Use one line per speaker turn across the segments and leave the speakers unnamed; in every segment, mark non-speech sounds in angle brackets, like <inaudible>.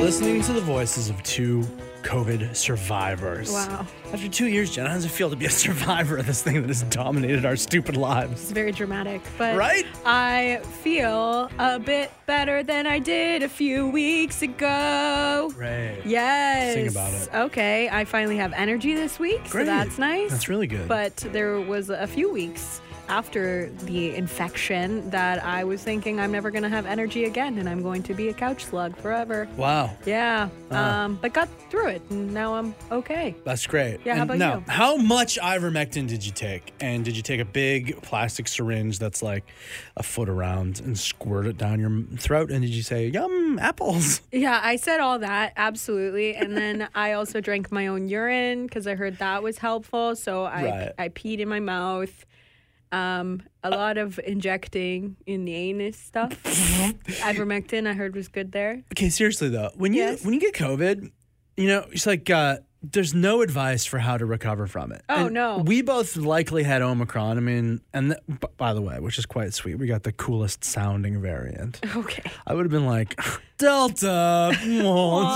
listening to the voices of two COVID survivors.
Wow.
After two years, Jen, how does it feel to be a survivor of this thing that has dominated our stupid lives?
It's very dramatic, but
Right?
I feel a bit better than I did a few weeks ago.
Right.
Yes.
Sing about it.
Okay, I finally have energy this week,
Great.
so that's nice.
That's really good.
But there was a few weeks after the infection that I was thinking I'm never going to have energy again and I'm going to be a couch slug forever.
Wow.
Yeah.
Ah.
Um, but got through it and now I'm okay.
That's great.
Yeah, how
And
about
now,
you?
How much ivermectin did you take? And did you take a big plastic syringe that's like a foot around and squirt it down your m- throat? And did you say, yum, apples?
Yeah, I said all that, absolutely.
<laughs>
And then I also drank my own urine because I heard that was helpful. So I,
Right. Uh,
I peed in my mouth. Um, a lot of injecting in the
<laughs>
anus stuff. Ivermectin, I heard was good there.
Okay, seriously though, when you
Yes.
when you get COVID, you know, it's like uh, there's no advice for how to recover from it.
Oh,
And
no.
We both likely had Omicron. I mean, and th- b- by the way, which is quite sweet, we got the coolest sounding variant.
Okay.
I would have been like <laughs> Delta, oh,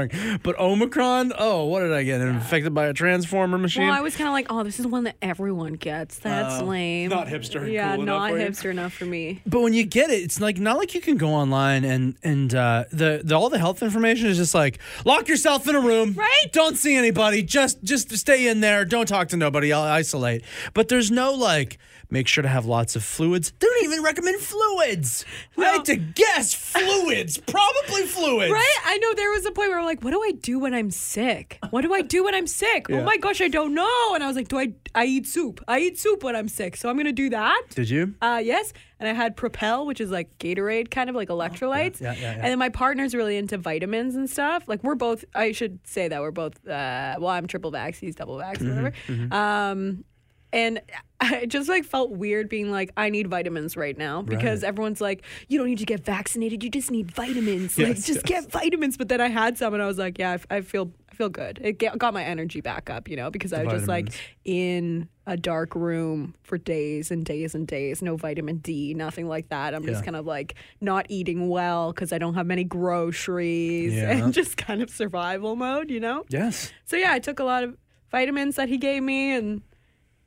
it's boring. But Omicron, oh, what did I get? Infected by a transformer machine.
Well, I was kind of like, oh, this is one that everyone gets. That's lame.
Uh, not hipster and
Yeah,
cool enough
not
for you.
hipster enough for me.
But when you get it, it's like not like you can go online and and uh, the, the all the health information is just like lock yourself in a room,
Right?
Don't see anybody. Just just stay in there. Don't talk to nobody. I'll isolate. But there's no like make sure to have lots of fluids. They don't even recommend fluids. I had to guess fluids, probably fluids.
Right? I know there was a point where I'm like, what do I do when I'm sick? What do I do when I'm sick?
Yeah.
Oh my gosh, I don't know. And I was like, do I? I eat soup. I eat soup when I'm sick, so I'm gonna do that.
Did you?
Uh, yes. And I had Propel, which is like Gatorade, kind of like electrolytes.
Oh, yeah, yeah, yeah.
And then my partner's really into vitamins and stuff. Like we're both. I should say that we're both. Uh, well, I'm triple vax. He's double vax,
Mm-hmm,
whatever. Um, and <laughs> I just like felt weird being like, I need vitamins right now because
Right.
everyone's like, you don't need to get vaccinated. You just need vitamins. like,
Yes,
just get vitamins. But then I had some, and I was like, yeah, I, f- I feel. I feel good. It ga- got my energy back up, you know, because I was just like
vitamins.
in a dark room for days and days and days, no vitamin D, nothing like that. I'm just
Yeah.
kind of like not eating well because I don't have many groceries
Yeah.
and <laughs> just kind of survival mode, you know?
Yes.
So yeah, I took a lot of vitamins that he gave me and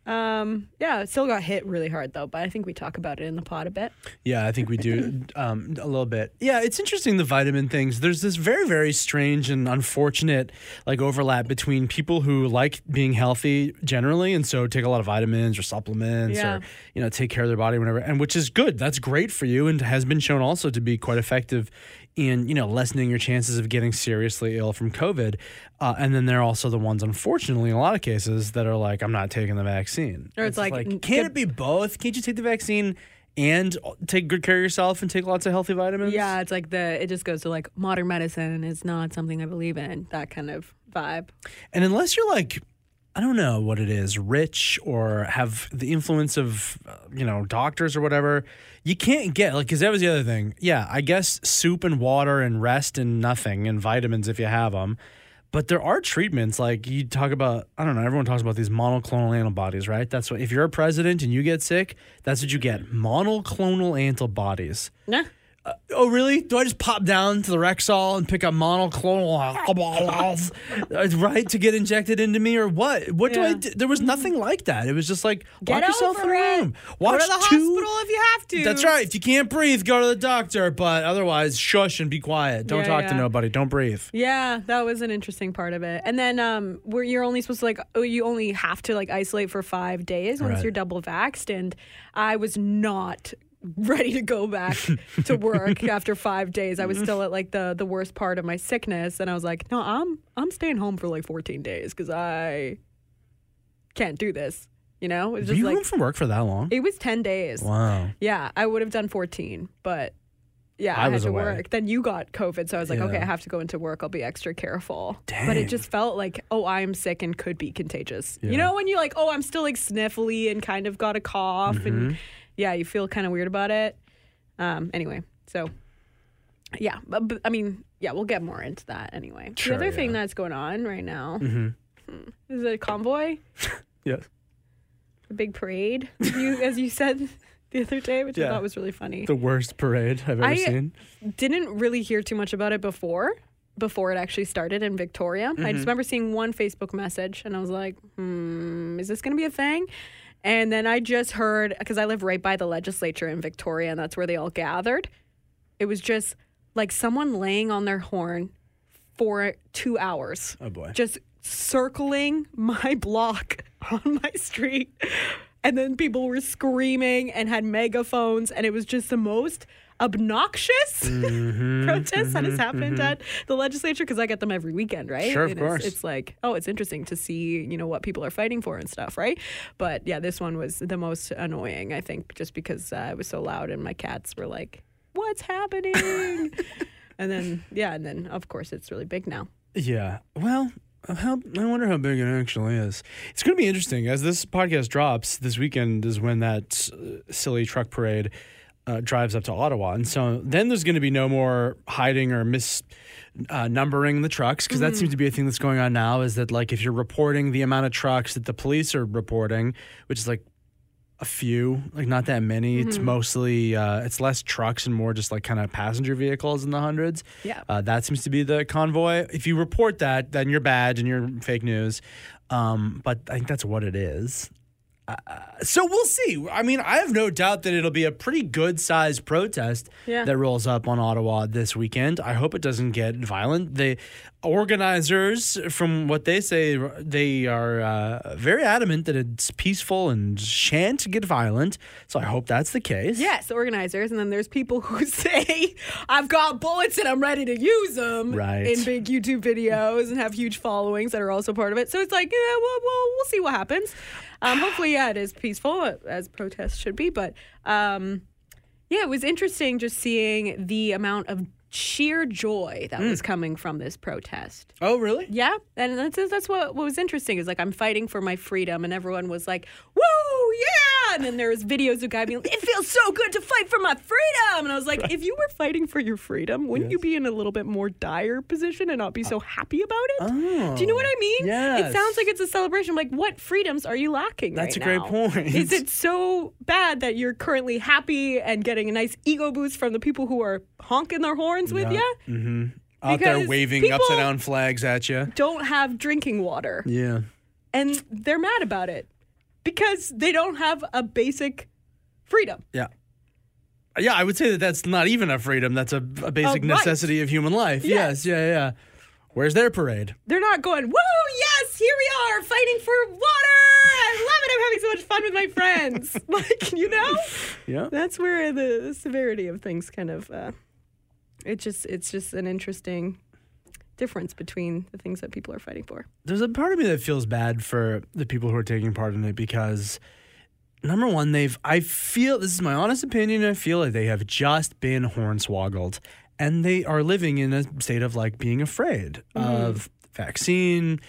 um yeah, it still got hit really hard though, but I think we talk about it in the pod a bit.
Yeah, I think we do um, a little bit. Yeah, it's interesting the vitamin things. There's this very, very strange and unfortunate like overlap between people who like being healthy generally, and so take a lot of vitamins or supplements,
Yeah.
or you know take care of their body, whenever, and which is good. That's great for you, and has been shown also to be quite effective in you know lessening your chances of getting seriously ill from COVID. Uh, and then there are also the ones, unfortunately, in a lot of cases that are like, I'm not taking the vaccine.
Or it's
just
like, "Mm,
can't
get-
it be both? Can't you take the vaccine and take good care of yourself and take lots of healthy vitamins?
Yeah, it's like the it just goes to like modern medicine is not something I believe in, that kind of vibe.
And unless you're like, I don't know what it is, rich or have the influence of, uh, you know, doctors or whatever, you can't get, like, because that was the other thing. Yeah, I guess soup and water and rest and nothing and vitamins if you have them. But there are treatments like you talk about. I don't know. Everyone talks about these monoclonal antibodies, right? That's what if you're a president and you get sick, that's what you get: monoclonal antibodies.
Nah.
Oh, really? Do I just pop down to the Rexall and pick up monoclonal antibodies, uh, right to get injected into me, or what? What do I?
Yeah.
Do? There was nothing like that. It was just like
Get
lock yourself in
over
a
it.
room, watch
Go to the
two.
hospital if you have to.
That's right. If you can't breathe, go to the doctor. But otherwise, shush and be quiet. Don't
Yeah,
talk to
yeah.
nobody. Don't breathe.
Yeah, that was an interesting part of it. And then um, where you're only supposed to like, oh, you only have to like isolate for five days once
Right.
you're double vaxxed. And I was not <laughs> ready to go back to work after five days. I was still at like the the worst part of my sickness, and I was like, no, I'm I'm staying home for like 14 days because I can't do this. You know, it's
Were
just
you
like
home from work for that long?
it was 10 days. <laughs>
Wow.
Yeah, I would have done 14, but yeah,
I
I,
was
had to
away.
work. Then you got COVID, so I was like,
Yeah.
okay, I have to go into work. I'll be extra careful. But
Dang.
it just felt like, oh, I'm sick and could be contagious.
Yeah.
You know, when you're like, oh, I'm still like sniffly and kind of got a cough,
Mm-hmm.
and yeah, you feel kind of weird about it. Um, anyway, so yeah, but, but I mean, yeah, we'll get more into that anyway.
Sure,
the other thing
yeah.
that's going on right now
Mm-hmm.
hmm, is a convoy,
Yes.
a big parade, you, as you said <laughs> the other day, which
Yeah.
I thought was really funny.
The worst parade I've ever
I-
seen.
didn't really hear too much about it before, before it actually started in Victoria. I
Mm-hmm.
just remember seeing one Facebook message and I was like, hmm, is this going to be a thing? And then I just heard, because I live right by the legislature in Victoria and that's where they all gathered. It was just like someone laying on their horn for two hours
Oh boy.
just circling my block on my street. And then people were screaming and had megaphones, and it was just the most obnoxious
Mm-hmm,
<laughs> protest that has happened at the legislature because I get them every weekend, right?
Sure, of
And it's-
course.
It's like, oh, it's interesting to see, you know, what people are fighting for and stuff, right? But yeah, this one was the most annoying, I think, just because uh, it was so loud and my cats were like,
<laughs>
"What's happening?" and then yeah, and then of course it's really big now.
Yeah. Well, how, I wonder how big it actually is. It's going to be interesting. As this podcast drops, this weekend is when that uh, silly truck parade uh, drives up to Ottawa. And so then there's going to be no more hiding or mis. Uh, numbering the trucks because that seems to be a thing that's going on now is that like if you're reporting the amount of trucks that the police are reporting which is like a few like not that many it's mostly uh, it's less trucks and more just like kind of passenger vehicles in the hundreds
Yeah.
uh, that seems to be the convoy. If you report that, then you're bad and you're fake news. Um, but I think that's what it is. Uh, so we'll see. I mean, I have no doubt that it'll be a pretty good sized protest
Yeah.
that rolls up on Ottawa this weekend. I hope it doesn't get violent. The organizers, from what they say, they are uh, very adamant that it's peaceful and shan't get violent. So I hope that's the case.
Yes, organizers, and then there's people who <laughs> say, "I've got bullets and I'm ready to use them."
Right.
In big YouTube videos and have huge followings that are also part of it. So it's like, yeah, well, well we'll see what happens. Um, hopefully, yeah, it is peaceful as protests should be. But um, yeah, it was interesting just seeing the amount of sheer joy that was coming from this protest.
Oh, really?
Yeah, and that's that's what what was interesting is like I'm fighting for my freedom, and everyone was like, "Woo, yeah!" And then there was videos of guy being, like, "It feels so good to fight for my freedom," and I was like, "If you were fighting for your freedom, wouldn't you be in a little bit more dire position and not be so happy about it?" Do you know what I mean?
Oh, yes.
It sounds like it's a celebration. Like, what freedoms are you lacking?
That's
right
a great
now?
point.
Is it so bad that you're currently happy and getting a nice ego boost from the people who are honking their horns with
Yeah.
you?
Out there
Because
waving
people-
upside down flags at you.
Don't have drinking water.
Yeah.
and they're mad about it because they don't have a basic freedom.
Yeah. Yeah, I would say that that's not even a freedom. That's a, a basic
Oh, right.
necessity of human life. Yes.
Yes.
Yeah. Yeah. Where's their parade?
They're not going, woo, yes, here we are fighting for water. I love it. I'm having so much fun with my friends. <laughs> like, you know?
Yeah.
That's where the severity of things kind of uh it just it's just an interesting difference between the things that people are fighting for.
There's a part of me that feels bad for the people who are taking part in it because number one, they've I feel this is my honest opinion. I feel like they have just been hornswoggled, and they are living in a state of like being afraid of vaccine.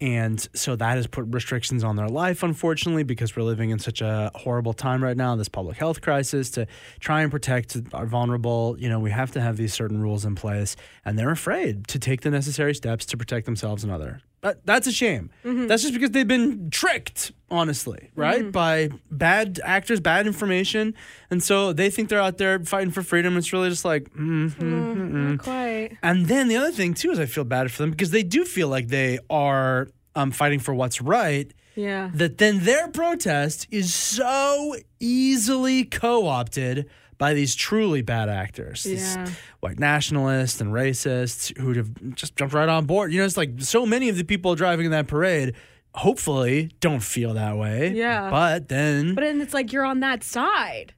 And so that has put restrictions on their life, unfortunately, because we're living in such a horrible time right now, this public health crisis, to try and protect our vulnerable. You know, we have to have these certain rules in place, and they're afraid to take the necessary steps to protect themselves and other. But that's a shame. That's just because they've been tricked, honestly, right? By bad actors, bad information. And so they think they're out there fighting for freedom. It's really just like, mm, mm, mm, mm.
Not quite.
And then the other thing too is I feel bad for them because they do feel like they are um, fighting for what's right.
Yeah.
That then their protest is so easily co-opted by these truly bad actors, these
Yeah.
white nationalists and racists who'd have just jumped right on board. You know, it's like so many of the people driving in that parade. Hopefully, don't feel that way.
Yeah.
But then,
But then it's like you're on that side.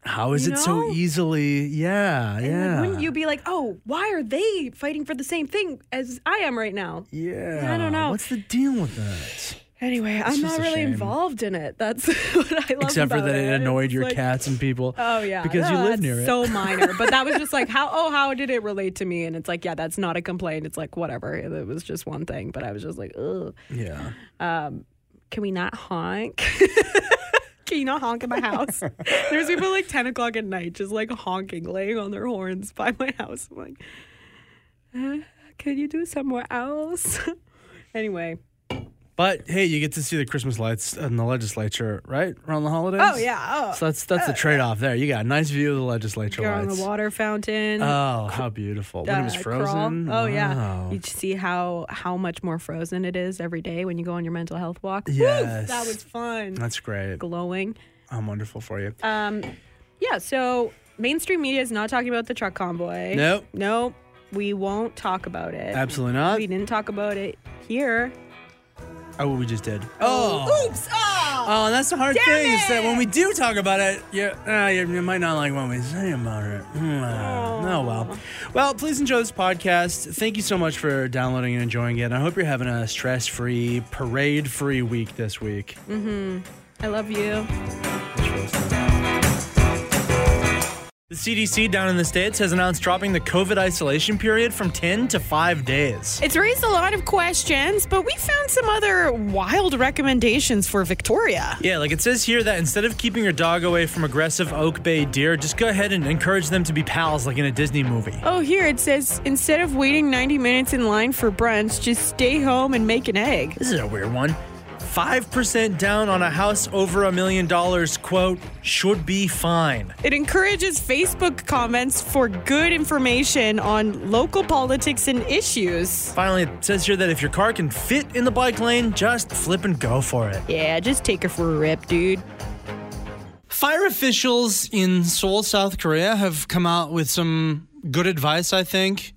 how is
you
it so
know?
easily? Yeah,
And
yeah,
like, wouldn't you be like, oh, why are they fighting for the same thing as I am right now?
yeah.
I don't know.
What's the deal with that?
Anyway, I'm
just
not
a
really
shame.
involved in it. That's <laughs> what I love.
Except for
about
that it annoyed
It's
your
like,
cats and people.
Oh yeah,
Because you
no,
live
that's
near it. <laughs>
So minor, but that was just like how oh how did it relate to me? And it's like yeah, that's not a complaint. It's like whatever. It was just one thing, but I was just like, ugh.
yeah.
Can we not honk? <laughs> Can you not honk at
<laughs>
my house? There's people like 10 o'clock at night just like honking, laying on their horns by my house. I'm like, uh, can you do somewhere else? <laughs> anyway,
But hey, you get to see the Christmas lights in the legislature, right? Around the holidays.
Oh yeah. Oh,
So that's that's the trade off there. You got a nice view of the legislature
You're on
lights.
the water fountain.
Oh, how beautiful. when it was
uh, crawl.
frozen.
Oh yeah.
Wow.
You see how how much more frozen it is every day when you go on your mental health walk. Woo!
Yes.
that was fun.
That's great.
Glowing.
I'm wonderful for you.
Um, yeah. So mainstream media is not talking about the truck convoy.
Nope.
No, we won't talk about it.
Absolutely not.
We didn't talk about it here.
Oh, we just did. Oh.
Oops. Oh.
Oh, and that's the hard
Damn
thing is that
it!
when we do talk about it, you, uh, you, you might not like what we say about it. Mm, uh, oh, well. Well, please enjoy this podcast. Thank you so much for downloading and enjoying it. I hope you're having a stress free, parade free week this week.
I love you.
The CDC down in the States has announced dropping the COVID isolation period from 10 to 5 days.
It's raised a lot of questions, but we found some other wild recommendations for Victoria.
Yeah, like it says here that instead of keeping your dog away from aggressive Oak Bay deer, just go ahead and encourage them to be pals like in a Disney movie.
Oh, here it says instead of waiting 90 minutes in line for brunch, just stay home and make an egg.
This is a weird one. 5% down on a house over a million dollars, quote, should be fine.
It encourages Facebook comments for good information on local politics and issues.
Finally, it says here that if your car can fit in the bike lane, just flip and go for it.
Yeah, just take her for a rip, dude.
Fire officials in Seoul, South Korea have come out with some good advice, I think.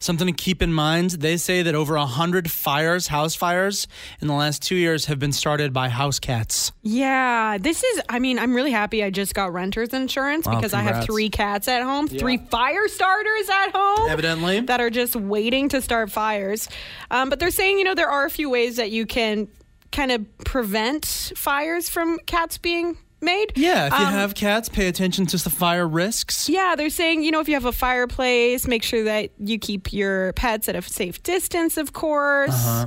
Something to keep in mind. They say that over 100 fires, house fires, in the last two years have been started by house cats.
Yeah, this is, I mean, I'm really happy I just got renter's insurance
Wow,
because I
congrats.
have three cats at home, three fire starters at home.
Evidently.
That are just waiting to start fires. Um, but they're saying, you know, there are a few ways that you can kind of prevent fires from cats being made.
Yeah, if you
Um,
have cats, pay attention to the fire risks.
yeah, they're saying, you know, if you have a fireplace, make sure that you keep your pets at a safe distance, of course.
Uh-huh.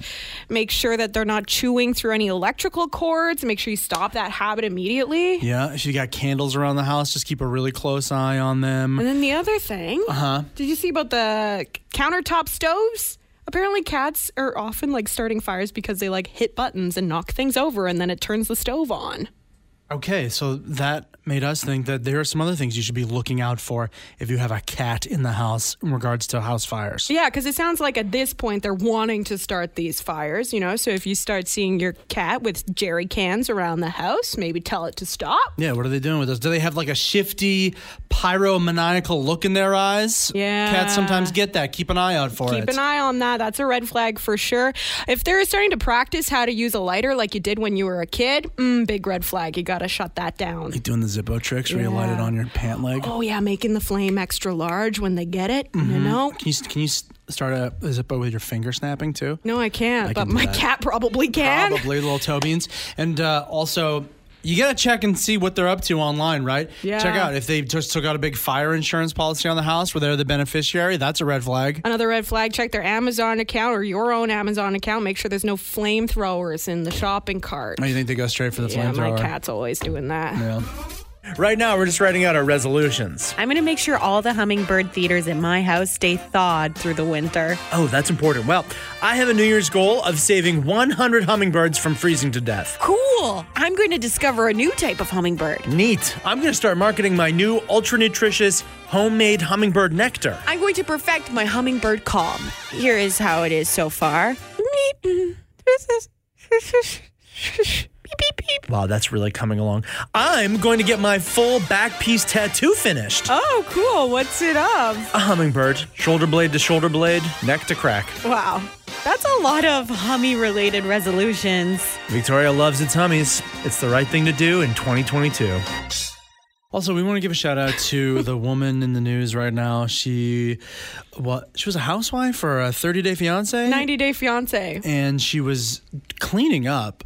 Make sure that they're not chewing through any electrical cords. Make sure you stop that habit immediately.
Yeah, if you got candles around the house, just keep a really close eye on them.
And then the other thing, uh-huh. did you see about the c- countertop stoves? Apparently, cats are often like starting fires because they like hit buttons and knock things over, and then it turns the stove on.
Okay, so that made us think that there are some other things you should be looking out for if you have a cat in the house in regards to house fires.
Yeah, because it sounds like at this point they're wanting to start these fires, you know. So if you start seeing your cat with jerry cans around the house, maybe tell it to stop.
Yeah, what are they doing with this? Do they have like a shifty, pyromaniacal look in their eyes?
Yeah.
Cats sometimes get that. Keep an eye out for it.
Keep an eye on that. That's a red flag for sure. If they're starting to practice how to use a lighter like you did when you were a kid, mm, big red flag. You got to shut that down.
You doing the Zippo tricks where you light it
Yeah.
on your pant leg?
Oh yeah, making the flame extra large when they get it.
Mm-hmm.
You know?
Can you, can you s- start a, a Zippo with your finger snapping too?
No, I can't. but
can do
my
that.
cat probably can.
Probably little Tobians. And uh, also, you got to check and see what they're up to online, right?
Yeah.
Check out if they just took out a big fire insurance policy on the house where they're the beneficiary. That's a red flag.
Another red flag. Check their Amazon account or your own Amazon account. Make sure there's no flamethrowers in the shopping cart.
Oh, you think they go straight for the
yeah, my
flamethrower?
cat's always doing that.
Yeah. Right now, we're just writing out our resolutions.
I'm going to make sure all the hummingbird theaters at my house stay thawed through the winter.
Oh, that's important. Well, I have a New Year's goal of saving 100 hummingbirds from freezing to death.
Cool. I'm going to discover a new type of hummingbird.
Neat. I'm going to start marketing my new ultra nutritious homemade hummingbird nectar.
I'm going to perfect my hummingbird calm. Here is how it is so far.
<laughs>
Wow, that's really coming along. I'm going to get my full back piece tattoo finished.
Oh, cool. What's it of?
A hummingbird, shoulder blade to shoulder blade, neck to crack.
Wow.
That's a lot of hummy related resolutions.
Victoria loves its hummies. It's the right thing to do in 2022. Also, we want to give a shout out <laughs> to the woman in the news right now. She, what? She was a housewife or a 30 day fiance,
90 Day Fiance.
and she was cleaning up,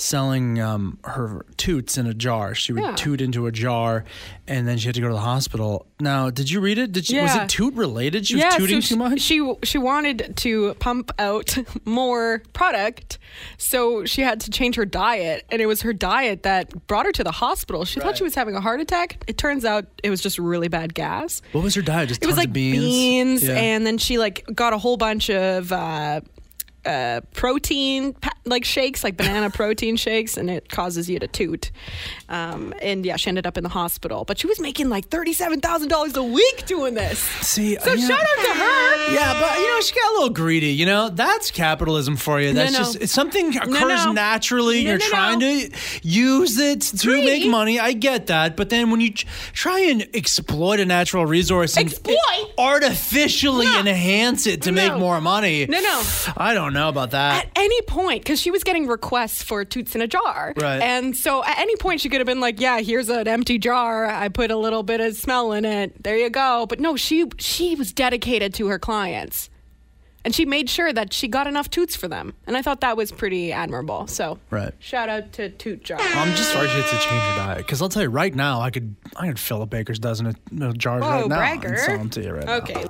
selling um, her toots in a jar. She would
Yeah.
toot into a jar, and then she had to go to the hospital. Now, did you read it? Did she? Was
Yeah.
it toot related? She was
yeah, so
tooting
she,
too much.
She she wanted to pump out <laughs> more product, so she had to change her diet, and it was her diet that brought her to the hospital. She thought she was having a heart attack. It turns out it was just really bad gas.
what was her diet? Just
It was
tons
like
of beans, Yeah.
and then she like got a whole bunch of. Uh, uh, protein pa- like shakes, like
<laughs>
banana protein shakes, and it causes you to toot. Um, and yeah, she ended up in the hospital, but she was making like thirty-seven thousand dollars a week doing this.
See,
So shout out to her.
Yeah, but you know she got a little greedy. You know that's capitalism for you. That's
no.
just it's something occurs
no.
naturally.
No,
You're
no, no.
trying to use it to make
Greed.
money. I get that, but then when you ch- try and exploit a natural resource, and
Exploit?
artificially enhance it to make
No.
more money.
No, no.
I don't know about that.
At any point, because she was getting requests for toots in a jar.
Right.
And so at any point, she could have been like, yeah, here's an empty jar. I put a little bit of smell in it. There you go. But no, she she was dedicated to her clients. And she made sure that she got enough toots for them. And I thought that was pretty admirable. So
Right.
shout out to Toot Jar.
I'm just sorry she had to change her diet because I'll tell you right now, I could I could fill a baker's dozen of of jars
Whoa,
right now.
bragger.
And sell 'em to you right now.
Okay.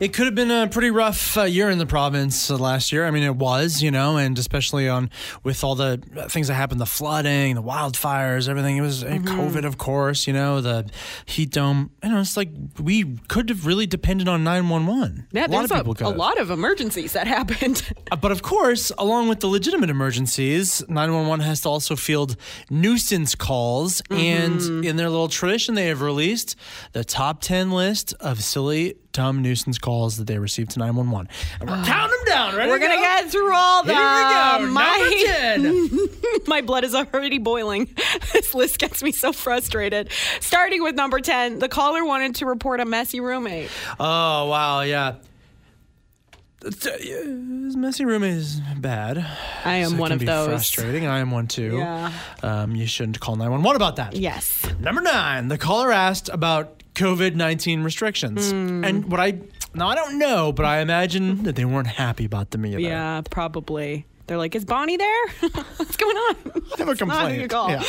It could have been a pretty rough uh, year in the province uh, last year. I mean, it was, you know, and especially on with all the uh, things that happened, the flooding, the wildfires, everything. It was
Mm-hmm.
and COVID, of course, you know, the heat dome. You know, it's like we could have really depended on nine one one. a
Yeah,
lot
there's
of
a,
people could
a
have.
lot of emergencies that happened. <laughs>
Uh, But of course, along with the legitimate emergencies, 911 has to also field nuisance calls.
Mm-hmm.
And in their little tradition, they have released the top 10 list of silly, dumb nuisance calls that they received to 911. And we're counting them down. Ready
We're
to
going to get um, through all the
Here we go.
my-
Number 10.
<laughs> My blood is already boiling. <laughs> This list gets me so frustrated. Starting with number 10, the caller wanted to report a messy roommate.
oh, wow. Yeah. It's, uh, yeah, His messy room is bad.
I am
So it
one
can
of
be
those.
Frustrating. I am one too.
Yeah.
Um, you shouldn't call 911 about that.
Yes.
Number nine, the caller asked about COVID 19 restrictions.
Hmm.
And what I, now I don't know, but I imagine that they weren't happy about them either.
Yeah, probably. They're like, is Bonnie there? <laughs> What's going on?
I have a
not who
complaint.
you call.
Yeah.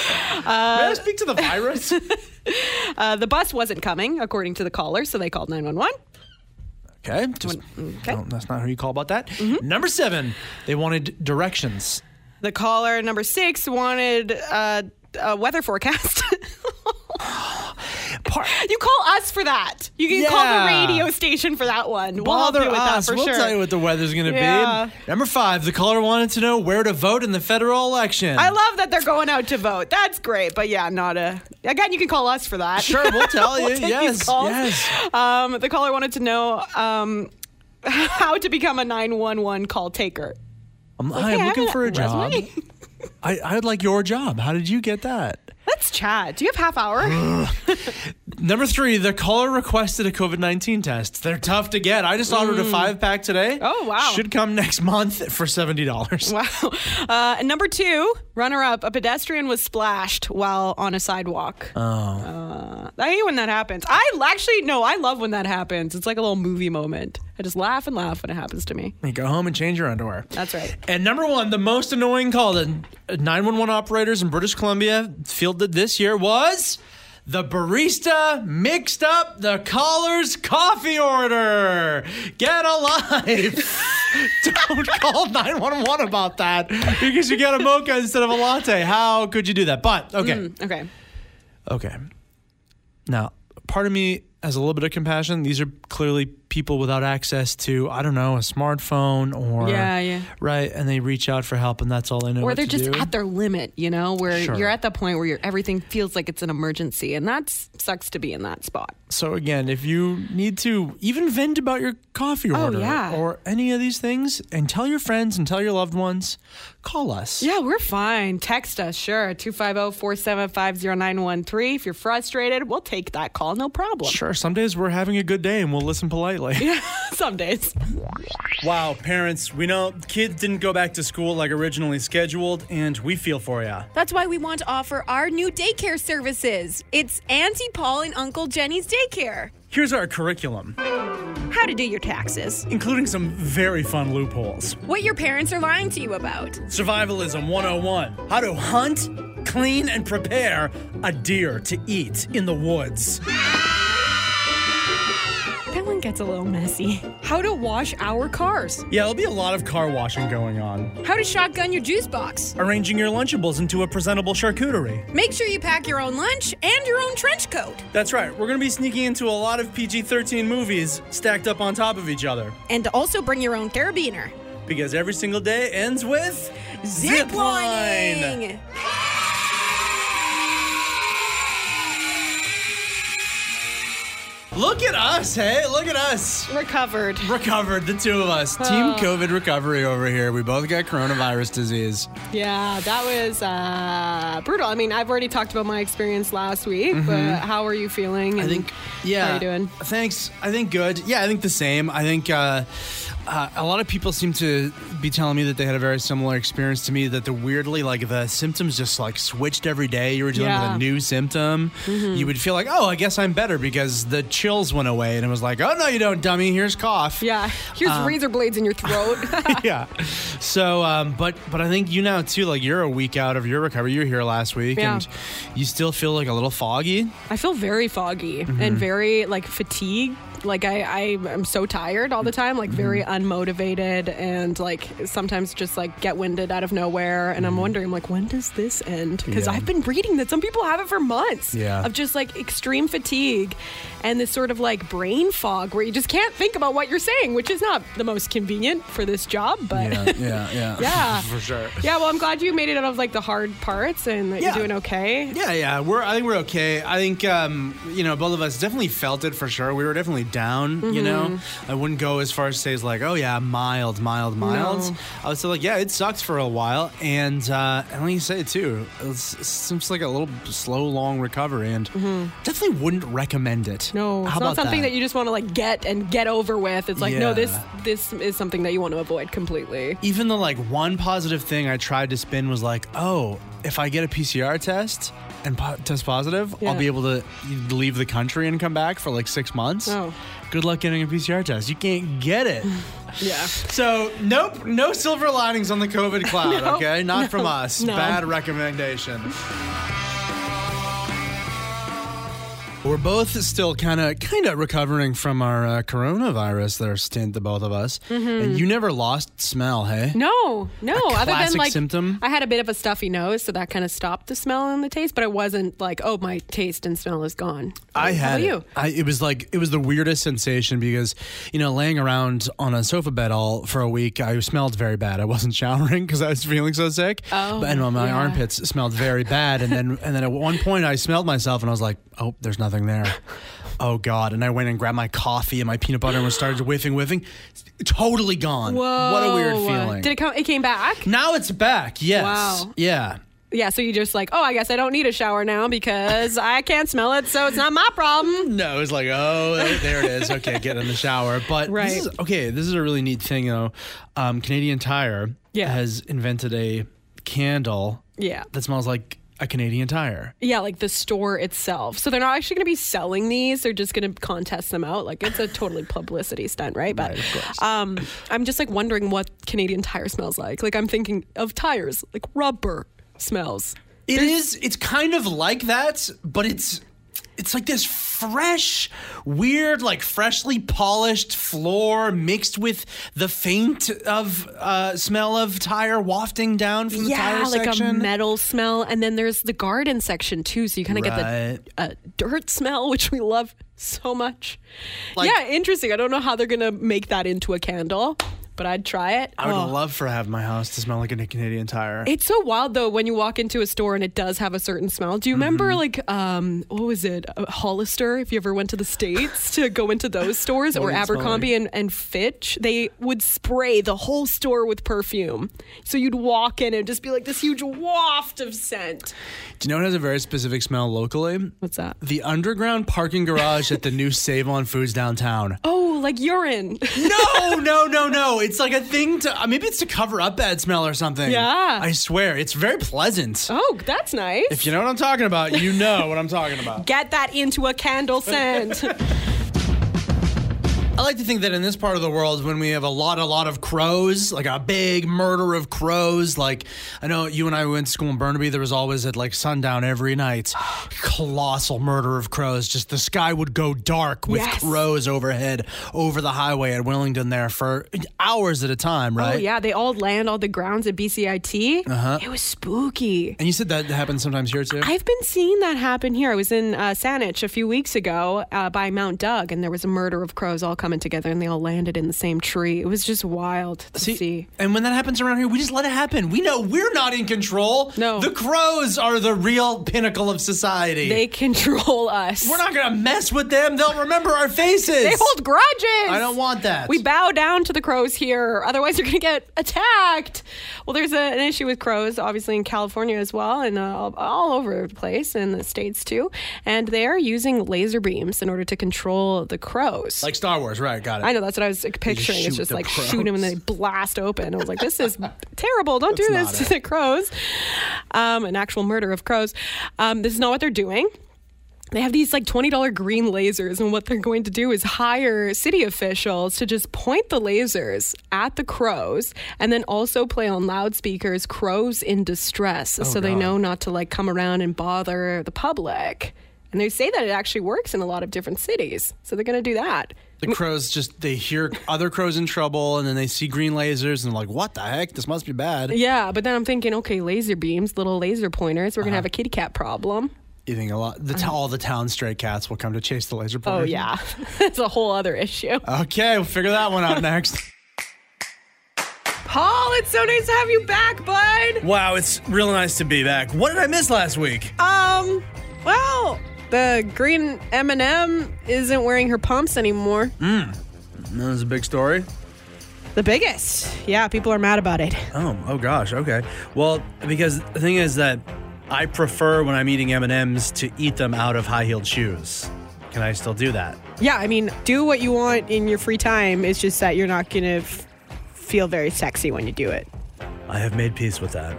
May I speak to the
<laughs>
virus?
Uh, the bus wasn't coming, according to the caller, so they called 911.
okay. Just,
okay. Mm-hmm.
no, that's not who you call about that. Number seven, they wanted directions.
The caller number six wanted uh, a weather forecast. <laughs>
Par-
you call us for that. You can call
Yeah.
the radio station for that one. We'll help
Bother
you with
us.
that for
we'll
sure.
tell you what the weather's going to
Yeah.
be. Number five, the caller wanted to know where to vote in the federal election.
I love that they're going out to vote. That's great. But yeah, not a. Again, you can call us for that.
Sure,
<laughs>
we'll tell you.
We'll take these
yes,
calls.
yes.
Um, the caller wanted to know um, <laughs> how to become a 911 call taker.
I'm, Um, hi,
Hey,
I'm
I
looking
have
for a job.
resume.
I, I'd like your job. How did you get that?
<laughs> Let's chat. Do you have
<gasps>
half hour?
Number three, the caller requested a COVID 19 test. They're tough to get. I just ordered a five pack today.
Mm. Oh, wow.
Should come next month for $70.
wow. Uh, and number two, runner up, a pedestrian was splashed while on a sidewalk. Oh. Uh, I hate when that happens. I l- actually, no, I love when that happens. It's like a little movie moment. I just laugh and laugh when it happens to me.
You <laughs> go home and change your underwear. <laughs>
That's right.
And number one, the most annoying call that 911 operators in British Columbia fielded this year was the barista mixed up the caller's coffee order. Get alive. <laughs> Don't call 911 about that because you get a mocha instead of a latte. How could you do that? But, okay.
Mm, Okay.
Okay. Now, part of me has a little bit of compassion. These are clearly people without access to, I don't know, a smartphone or
Yeah, yeah.
right, and they reach out for help, and that's all they know.
or
what
they're
to
just
do.
at their limit, you know, where
Sure.
you're at the point where you everything feels like it's an emergency, and that sucks to be in that spot.
So again, if you need to even vent about your coffee
Oh,
order
yeah.
or any of these things, and tell your friends and tell your loved ones, call us.
Yeah, we're fine. Text us, sure.
oh,
250 475 0913. If you're frustrated, we'll take that call, no
<laughs>
<laughs> problem.
Sure. Some days we're having a good day and we'll listen politely. <laughs>
Some days.
Wow, parents, we know kids didn't go back to school like originally scheduled, and we feel for ya.
That's why we want to offer our new daycare services. It's Auntie Paul and Uncle Jenny's Daycare.
Here's our curriculum.
How to do your taxes,
including some very fun loopholes.
what your parents are lying to you about,
Survivalism 101 How to hunt, clean, and prepare a deer to eat in the woods.
That one gets a little messy.
How to wash our cars.
Yeah, there'll be a lot of car washing going on.
How to shotgun your juice box.
Arranging your Lunchables into a presentable charcuterie.
Make sure you pack your own lunch and your own trench coat.
That's right, we're gonna be sneaking into a lot of PG 13 movies stacked up on top of each other.
And also bring your own carabiner.
because every single day ends with
Zip lining.
Look at us, hey! Look at us.
Recovered.
Recovered, the two of us. Team COVID recovery over here. We both got coronavirus disease.
Yeah, that was uh, brutal. I mean, I've already talked about my experience last week, but how are you feeling?
Mm-hmm. I
and
think, yeah.
How you doing?
Thanks. I think good. Yeah, I think the same. I think uh, uh, a lot of people seem to be telling me that they had a very similar experience to me. That the weirdly, like the symptoms just like switched every day. You were dealing with
Yeah. Mm-hmm.
a new symptom. You would feel like, oh, I guess I'm better because the chills went away, and it was like, oh no, you don't, dummy. Here's cough.
Yeah, here's
Um,
razor blades in your throat.
<laughs>
<laughs>
yeah. So, um, but but I think you now too. Like you're a week out of your recovery. You were here last week,
Yeah.
and you still feel like a little foggy.
I feel very foggy
Mm-hmm.
and very like fatigued. Like I, I am so tired all the
Mm-hmm.
time, like very unmotivated and like sometimes just like get winded out of nowhere. And I'm wondering like, when does this end? Because
Mm-hmm. Yeah.
I've been reading that some people have it for months
Yeah.
of just like extreme fatigue and this sort of like brain fog where you just can't think about what you're saying, which is not the most convenient for this job, but yeah.
yeah, yeah.
<laughs> Yeah.
for sure.
well, I'm glad you made it out of like the hard parts and that
Yeah.
you're doing okay.
Yeah, yeah, we're. I think we're okay. I think um, you know both of us definitely felt it for sure. We were definitely down. You know,
Mm-hmm.
I wouldn't go as far as to say it's like, oh yeah, mild, mild, mild. I was still like, yeah, it sucked for a while, and uh, and like you say too, it's, it seems like a little slow, long recovery, and definitely wouldn't recommend it.
Mm-hmm. No,
How
it's
about
not something that? you just want to like get and get over with. It's like
Yeah.
no, this this is something that you want to avoid completely.
even the like one positive thing I tried to spin was like, oh, if I get a PCR test and po- test positive,
Yeah.
I'll be able to leave the country and come back for like six months.
Oh.
Good luck getting a PCR test. You can't get
<laughs>
it.
Yeah.
so, nope, no silver linings on the
<laughs>
COVID cloud,
No,
okay? Not from us.
no.
Bad recommendation. We're both still kind of kind of recovering from our uh, coronavirus there stint, the both of us.
Mm-hmm.
And you never lost smell, hey?
No, no.
A
Other than
classic
like
symptom?
I had a bit of a stuffy nose, so that kind of stopped the smell and the taste. But it wasn't like oh, my taste and smell is gone.
I
How
had
about you.
It. I, it was like it was the weirdest sensation because you know laying around on a sofa bed all for a week, I smelled very bad. I wasn't <laughs> showering because I was feeling so sick.
Oh,
but, and my
yeah.
armpits smelled very bad. And then and then at one point I smelled myself and I was like, oh, there's nothing
<laughs>
there. Oh God! And I went and grabbed my coffee and my peanut butter and was started whiffing, whiffing. Totally gone.
Whoa.
What a weird feeling.
Did it come? It came back.
now it's back. Yes.
Wow.
Yeah.
Yeah. So you just like oh, I guess I don't need a shower now because I can't smell it, so it's not my problem.
No, it's like, oh, there, there it is. Okay, get in the shower. But
Right.
this is, okay, this is a really neat thing, though. Um, Canadian Tire
Yeah.
has invented a candle
Yeah.
that smells like a Canadian Tire.
Yeah, like the store itself. So they're not actually going to be selling these. They're just going to contest them out. Like it's a totally publicity stunt, right? But um, I'm just like wondering what Canadian Tire smells like. Like I'm thinking of tires, like rubber smells.
It is. It's kind of like that, but it's it's like this fresh, weird, like freshly polished floor mixed with the faint of uh, smell of tire wafting down from the tire
Yeah, like
section.
a metal smell. And then there's the garden section too. So you kind of
Right.
get the uh, dirt smell, which we love so much.
Like-
yeah, interesting. I don't know how they're going to make that into a candle, but I'd try it.
I would
Oh.
love for have my house to smell like a Canadian Tire.
It's so wild though when you walk into a store and it does have a certain smell. Do you remember
Mm-hmm.
like um what was it uh, Hollister? If you ever went to the states to go into those
<laughs>
stores
did
or
it smell
Abercrombie and, and Fitch, they would spray the whole store with perfume. So you'd walk in and it'd just be like this huge waft of scent.
Do you know it has a very specific smell locally?
What's that?
The underground parking garage at the
<laughs>
new Save On Foods downtown.
Oh, like urine.
<laughs> No, no, no, no. It's like a thing to, uh, maybe it's to cover up bad smell or something.
Yeah.
I swear, it's very pleasant.
<laughs> oh, that's nice.
If you know what I'm talking about, you know what I'm talking about.
Get that into a
<laughs>
candle scent. Oh,
I like to think that in this part of the world, when we have a lot, a lot of crows, like a big murder of crows, like I know you and I went to school in Burnaby, there was always at like sundown every night, colossal murder of crows. Just the sky would go dark with
Yes.
crows overhead over the highway at Willingdon there for hours at a time,
oh
right?
yeah, they all land on the grounds at BCIT. Uh-huh. It was spooky.
And you said that happens sometimes here too?
I've been seeing that happen here. I was in uh, Saanich a few weeks ago uh, by Mount Doug, and there was a murder of crows all coming together and they all landed in the same tree. It was just wild to see.
and when that happens around here, we just let it happen. We know we're not in control.
No.
the crows are the real pinnacle of society. <laughs>
They control us.
we're not gonna mess with them. They'll remember our faces.
they hold grudges.
I don't want that.
We bow down to the crows here, otherwise you're going to get attacked. Well, there's a, an issue with crows, obviously in California as well, and uh, all, all over the place in the states too. And they are using laser beams in order to control the crows.
like Star Wars, right? Got it.
I know that's what I was like, picturing.
shoot
it's just
the
like
crows.
shoot them and they blast open. I was like,
<laughs>
this is terrible. Don't do
That's
this
not
to
it.
the crows. Um, an actual murder of crows. Um, this is not what they're doing. They have these like $20 green lasers, and what they're going to do is hire city officials to just point the lasers at the crows and then also play on loudspeakers crows in
Oh,
distress so they know not to like come around and bother the public. And they say that it actually works in a lot of different cities. So they're going to do that.
The crows just they hear other crows in trouble, and then they see green lasers, and they're like, "What the heck? This must be bad."
Yeah, but then I'm thinking, okay, laser beams, little laser pointers. We're gonna have a kitty cat problem.
You think a lot? The t- all the town stray cats will come to chase the laser
Oh
pointers.
<laughs> yeah, Uh. it's a whole other issue.
Okay, we'll figure that one out next.
Paul, it's so nice to have you back,
<laughs>
bud.
Wow, it's real nice to be back. What did I miss last week?
Um, well, the green M and M isn't wearing her pumps anymore.
That was a big story.
The biggest, yeah. People are mad about it.
Oh, oh gosh. Okay. Well, because the thing is that I prefer when I'm eating M&Ms to eat them out of high-heeled shoes. Can I still do that?
Yeah, I mean, do what you want in your free time. It's just that you're not going to f- feel very sexy when you do it.
I have made peace with that.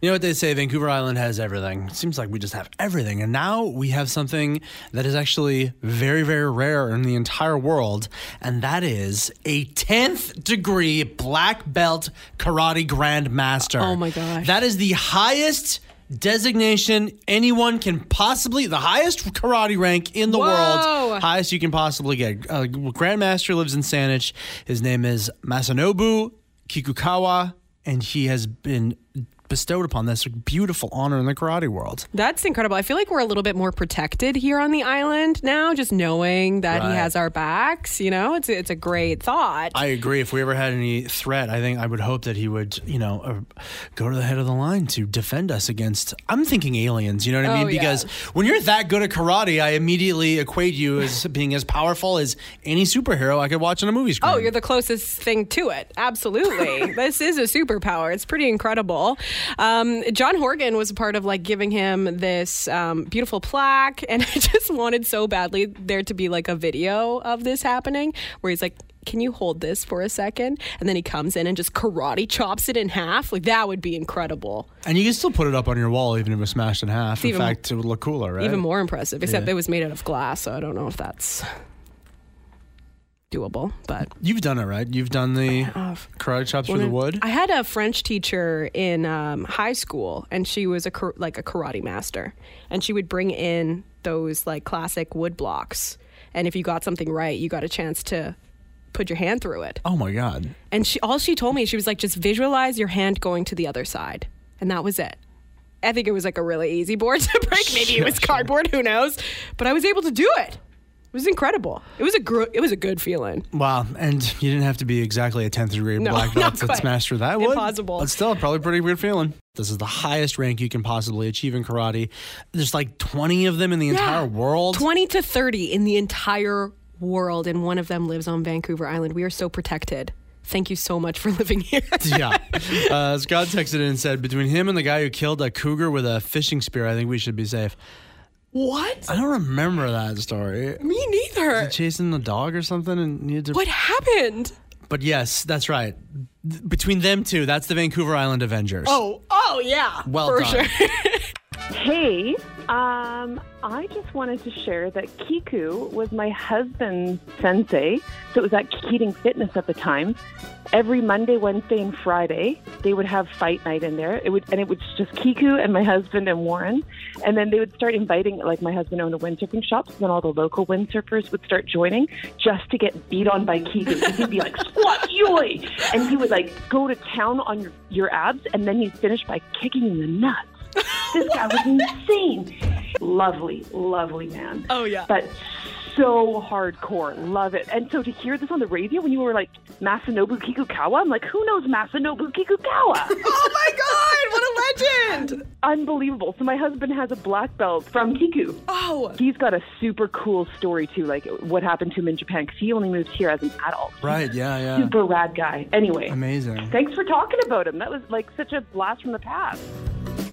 You know what they say, Vancouver Island has everything. It seems like we just have everything. And now we have something that is actually very, very rare in the entire world, and that is a 10th degree black belt karate grandmaster.
Oh my gosh.
That is the highest designation anyone can possibly, the highest karate rank in the
Whoa.
world, highest you can possibly get. Uh, grandmaster lives in Saanich. His name is Masanobu Kikukawa, and he has been bestowed upon this beautiful honor in the karate world.
That's incredible. I feel like we're a little bit more protected here on the island now, just knowing that
Right.
he has our backs. You know, it's a, it's a great thought.
I agree. If we ever had any threat, I think I would hope that he would, you know, uh, go to the head of the line to defend us against. I'm thinking aliens. You know what I
Oh,
mean? Because
yeah.
when you're that good at karate, I immediately equate you as being as powerful as any superhero I could watch on a movie screen.
Oh, you're the closest thing to it. Absolutely. this is a superpower. It's pretty incredible. Um, John Horgan was a part of like giving him this um, beautiful plaque. And <laughs> I just wanted so badly there to be like a video of this happening where he's like, can you hold this for a second? And then he comes in and just karate chops it in half. Like that would be incredible.
and you can still put it up on your wall even if it's smashed in half. In
even-
fact, it would look cooler, right?
Even more impressive, except
Yeah.
it was made out of glass. So I don't know if that's doable, but
You've done it, right? You've done the karate chops with the wood.
I had a French teacher in um, high school, and she was a kar- like a karate master, and she would bring in those like classic wood blocks, and if you got something right, you got a chance to put your hand through it.
oh my god!
And she all she told me she was like, just visualize your hand going to the other side, and that was it. I think it was like a really easy board <laughs> to break. Maybe it was cardboard, who knows? But I was able to do it. It was incredible. It was a gr- it was a good feeling.
Wow, and you didn't have to be exactly a 10th degree
No,
black
<laughs> not
belt to
quite.
master that would.
Impossible.
But still, probably a pretty weird feeling. This is the highest rank you can possibly achieve in karate. There's like 20 of them in the entire world.
20 to 30 in the entire world, and one of them lives on Vancouver Island. We are so protected. Thank you so much for <laughs> living here.
<laughs> yeah. Uh, Scott texted in and said, between him and the guy who killed a cougar with a fishing spear, I think we should be safe.
what?
I don't remember that story.
Me neither.
Chasing the dog or something and needed to.
What happened?
But yes, that's right. Th- Between them two, that's the Vancouver Island Avengers.
Oh, oh yeah.
Well
for
done.
sure.
Hey, um, I just wanted to share that Kiku was my husband's sensei. So it was at Keating Fitness at the time. Every Monday, Wednesday, and Friday, they would have fight night in there. It would, and it was just Kiku and my husband and Warren. And then they would start inviting, like my husband owned a windsurfing shop, so then all the local windsurfers would start joining just to get beat on by Kiku. 'Cause He'd be like, "Squat yoy," and he would like go to town on your, your abs, and then he'd finish by kicking you in the nuts. This guy was insane. Lovely, lovely man.
Oh, yeah.
But so hardcore. Love it. And so to hear this on the radio when you were like Masanobu Kikukawa, I'm like, who knows Masanobu Kikukawa?
<laughs> Oh my God, what a legend!
Unbelievable. So my husband has a black belt from Kiku.
<laughs> Oh,
He's got a super cool story too, like what happened to him in Japan because he only moved here as an adult.
Right, yeah, yeah.
Super rad guy. Anyway,
Amazing.
thanks for talking about him. That was like such a blast from the past.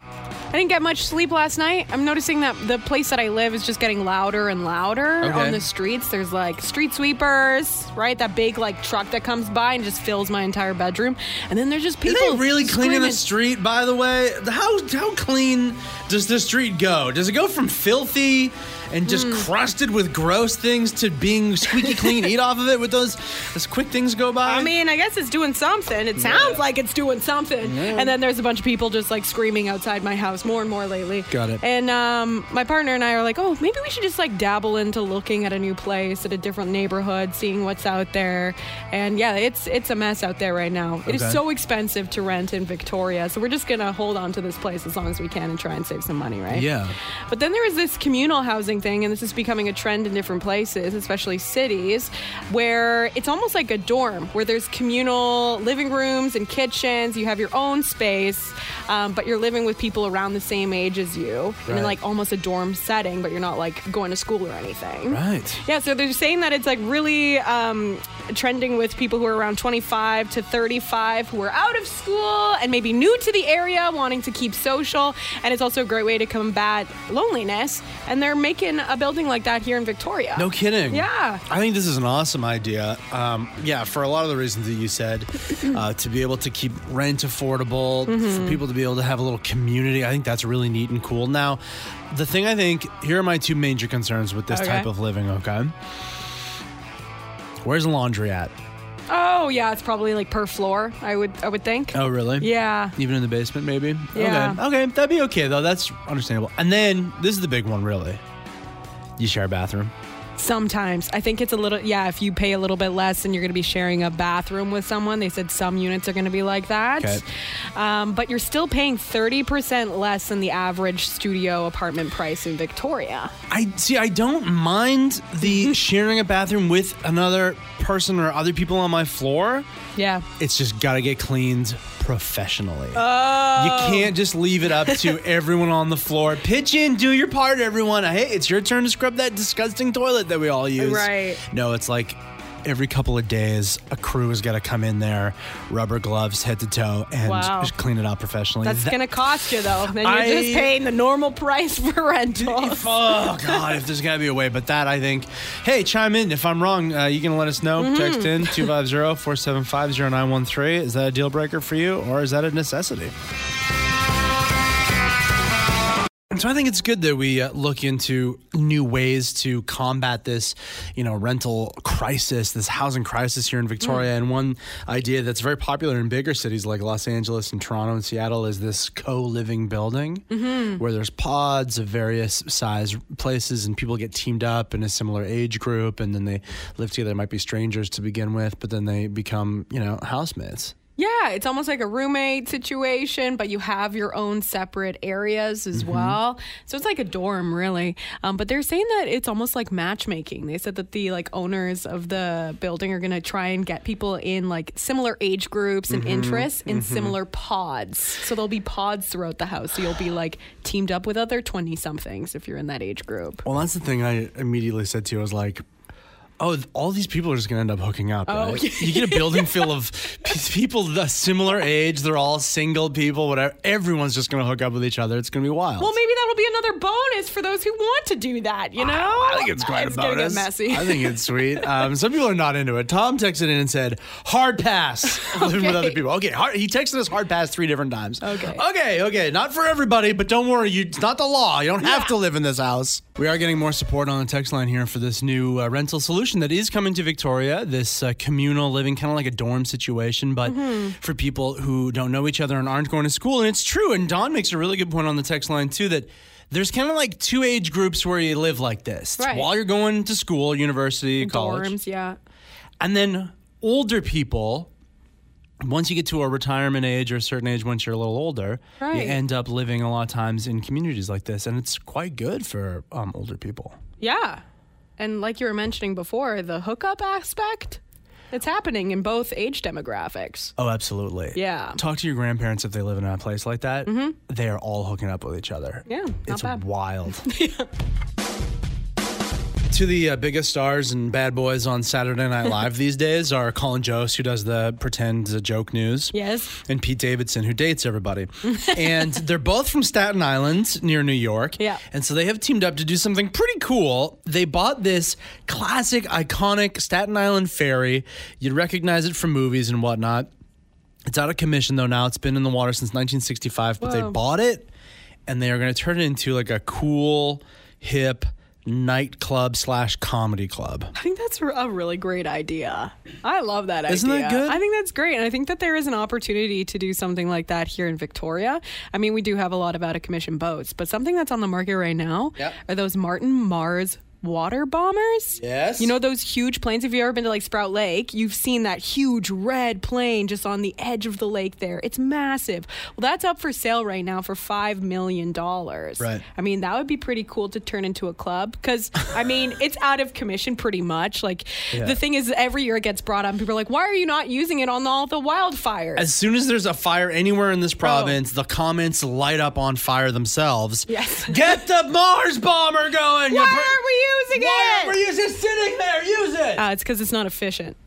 I didn't get much sleep last night. I'm noticing that the place that I live is just getting louder and louder
Okay.
on the streets. There's like street sweepers, right? That big like truck that comes by and just fills my entire bedroom. And then there's just
Is
people
it really cleaning the
screaming.
street, by the way? How how clean does the street go? Does it go from filthy and just
Hmm.
crusted with gross things to being squeaky
<laughs>
clean? Eat off of it with those as quick things go by?
I mean, I guess it's doing something. It sounds like it's doing something. And then there's a bunch of people just like screaming outside my house more and more lately.
Got it.
And um, my partner and I are like, oh, maybe we should just like dabble into looking at a new place, at a different neighborhood, seeing what's out there. And yeah, it's it's a mess out there right now. It is
Okay.
so expensive to rent in Victoria, so we're just gonna hold on to this place as long as we can and try and save some money, right?
Yeah.
But then there is this communal housing thing, and this is becoming a trend in different places, especially cities, where it's almost like a dorm, where there's communal living rooms and kitchens. You have your own space, um, but you're living with people around the same age as you, and in
Right.
like almost a dorm setting, but you're not like going to school or anything.
right.
Yeah, so they're saying that it's like really um, trending with people who are around 25 to 35 who are out of school and maybe new to the area, wanting to keep social. And it's also a great way to combat loneliness. And they're making a building like that here in Victoria.
No kidding.
Yeah.
I think this is an awesome idea. Um, yeah, for a lot of the reasons that you said, uh, to be able to keep rent affordable,
Mm-hmm.
for people to be able to have a little community, I think that's really neat and cool. Now, the thing I think, here are my two major concerns with this
Okay.
type of living, okay? Where's the laundry at?
Oh, yeah, it's probably like per floor, I would I would think.
Oh, really?
Yeah.
Even in the basement, maybe?
Yeah.
Okay. Okay, that'd be okay, though. That's understandable. And then, this is the big one, really. You share a bathroom.
Sometimes. I think it's a little, yeah, if you pay a little bit less and you're going to be sharing a bathroom with someone, they said some units are going to be like that.
Okay.
Um, but you're still paying 30% less than the average studio apartment price in Victoria.
I see. I don't mind
Mm-hmm.
the sharing a bathroom with another person or other people on my floor.
Yeah.
It's just got to get cleaned professionally. Oh. You can't just leave it up to
<laughs>
everyone on the floor. Pitch in, do your part, everyone. Hey, it's your turn to scrub that disgusting toilet that we all use.
Right.
No, it's like every couple of days, a crew has got to come in there, rubber gloves, head to toe, and
Wow.
just clean it out professionally.
That's
That-
going to cost you, though. Then you're
I-
just paying the normal price for rentals.
<laughs> If- oh God! If there's gotta be a way, but that I think. Hey, chime in if I'm wrong. Uh, you can let us know. Text in 250-475-0913. Is that a deal breaker for you, or is that a necessity? And so I think it's good that we uh, look into new ways to combat this, you know, rental crisis, this housing crisis here in Victoria. And one idea that's very popular in bigger cities like Los Angeles and Toronto and Seattle is this co-living building where there's pods of various size places and people get teamed up in a similar age group and then they live together. It might be strangers to begin with, but then they become, you know, housemates.
Yeah, it's almost like a roommate situation, but you have your own separate areas as
Mm-hmm.
well. So it's like a dorm, really. Um, but they're saying that it's almost like matchmaking. They said that the like owners of the building are going to try and get people in like similar age groups
Mm-hmm.
and interests in similar pods. So there'll be pods throughout the house. So you'll be like teamed up with other twenty somethings if you're in that age group.
Well, that's the thing I immediately said to you. I was like, oh, th- all these people are just going to end up hooking up. Oh, right? You get a
<laughs>
building full of p- people the similar age. They're all single people, whatever. Everyone's just going to hook up with each other. It's going to be wild.
Well, maybe that'll be another bonus for those who want to do that. You know,
Ah, I think it's quite
it's
a
gonna
bonus.
get messy.
I think it's sweet. Um, some people are not into it. Tom texted in and said, "Hard pass."
<laughs>
Living with other people. Okay, hard, he texted us hard pass three different times.
Okay.
Okay. Okay. Not for everybody, but don't worry. You, it's not the law. You don't have to live in this house. We are getting more support on the text line here for this new uh, rental solution that is coming to Victoria. This uh, communal living, kind of like a dorm situation, but
Mm-hmm.
for people who don't know each other and aren't going to school. And it's true. And Don makes a really good point on the text line too that there's kind of like two age groups where you live like this It's
Right.
while you're going to school, university, college,
Dorms, yeah.
and then older people. Once you get to a retirement age or a certain age, once you're a little older,
Right.
you end up living a lot of times in communities like this, and it's quite good for um, older people.
Yeah. And like you were mentioning before, the hookup aspect, it's happening in both age demographics.
Oh, absolutely.
Yeah. Mm-hmm.
Talk to your grandparents if they live in a place like that. They are all hooking up with each other.
Yeah, not
it's
bad. <laughs>
wild. Two of the uh, biggest stars and bad boys on Saturday Night
<laughs>
Live these days are Colin Jost, who does the pretend uh, joke news.
Yes.
and Pete Davidson, who dates
<laughs>
everybody. and they're both from Staten Island near New York.
Yeah.
And so they have teamed up to do something pretty cool. They bought this classic, iconic Staten Island ferry. You'd recognize it from movies and whatnot. It's out of commission though now. It's been in the water since 1965, but they
Whoa.
bought it and they are going to turn it into like a cool, hip nightclub slash comedy club.
I think that's a really great idea. I love that
Isn't that
idea.
good?
I think that's great. And I think that there is an opportunity to do something like that here in Victoria. I mean, we do have a lot of out of commission boats, but something that's on the market right now are those Martin Mars water bombers.
Yes.
You know those huge planes? If you've ever been to like Sprout Lake, you've seen that huge red plane just on the edge of the lake there. It's massive. Well, that's up for sale right now for $5 million.
Right.
I mean, that would be pretty cool to turn into a club because, I mean,
<laughs>
it's out of commission pretty much. Like, the thing is, every year it gets brought up. People are like, why are you not using it on all the wildfires?
As soon as there's a fire anywhere in
Oh.
this province, the comments light up on fire themselves.
Yes.
<laughs> Get the Mars bomber going.
why are we using
Why
it?
are you just sitting there? Use it.
uh, it's because it's not efficient.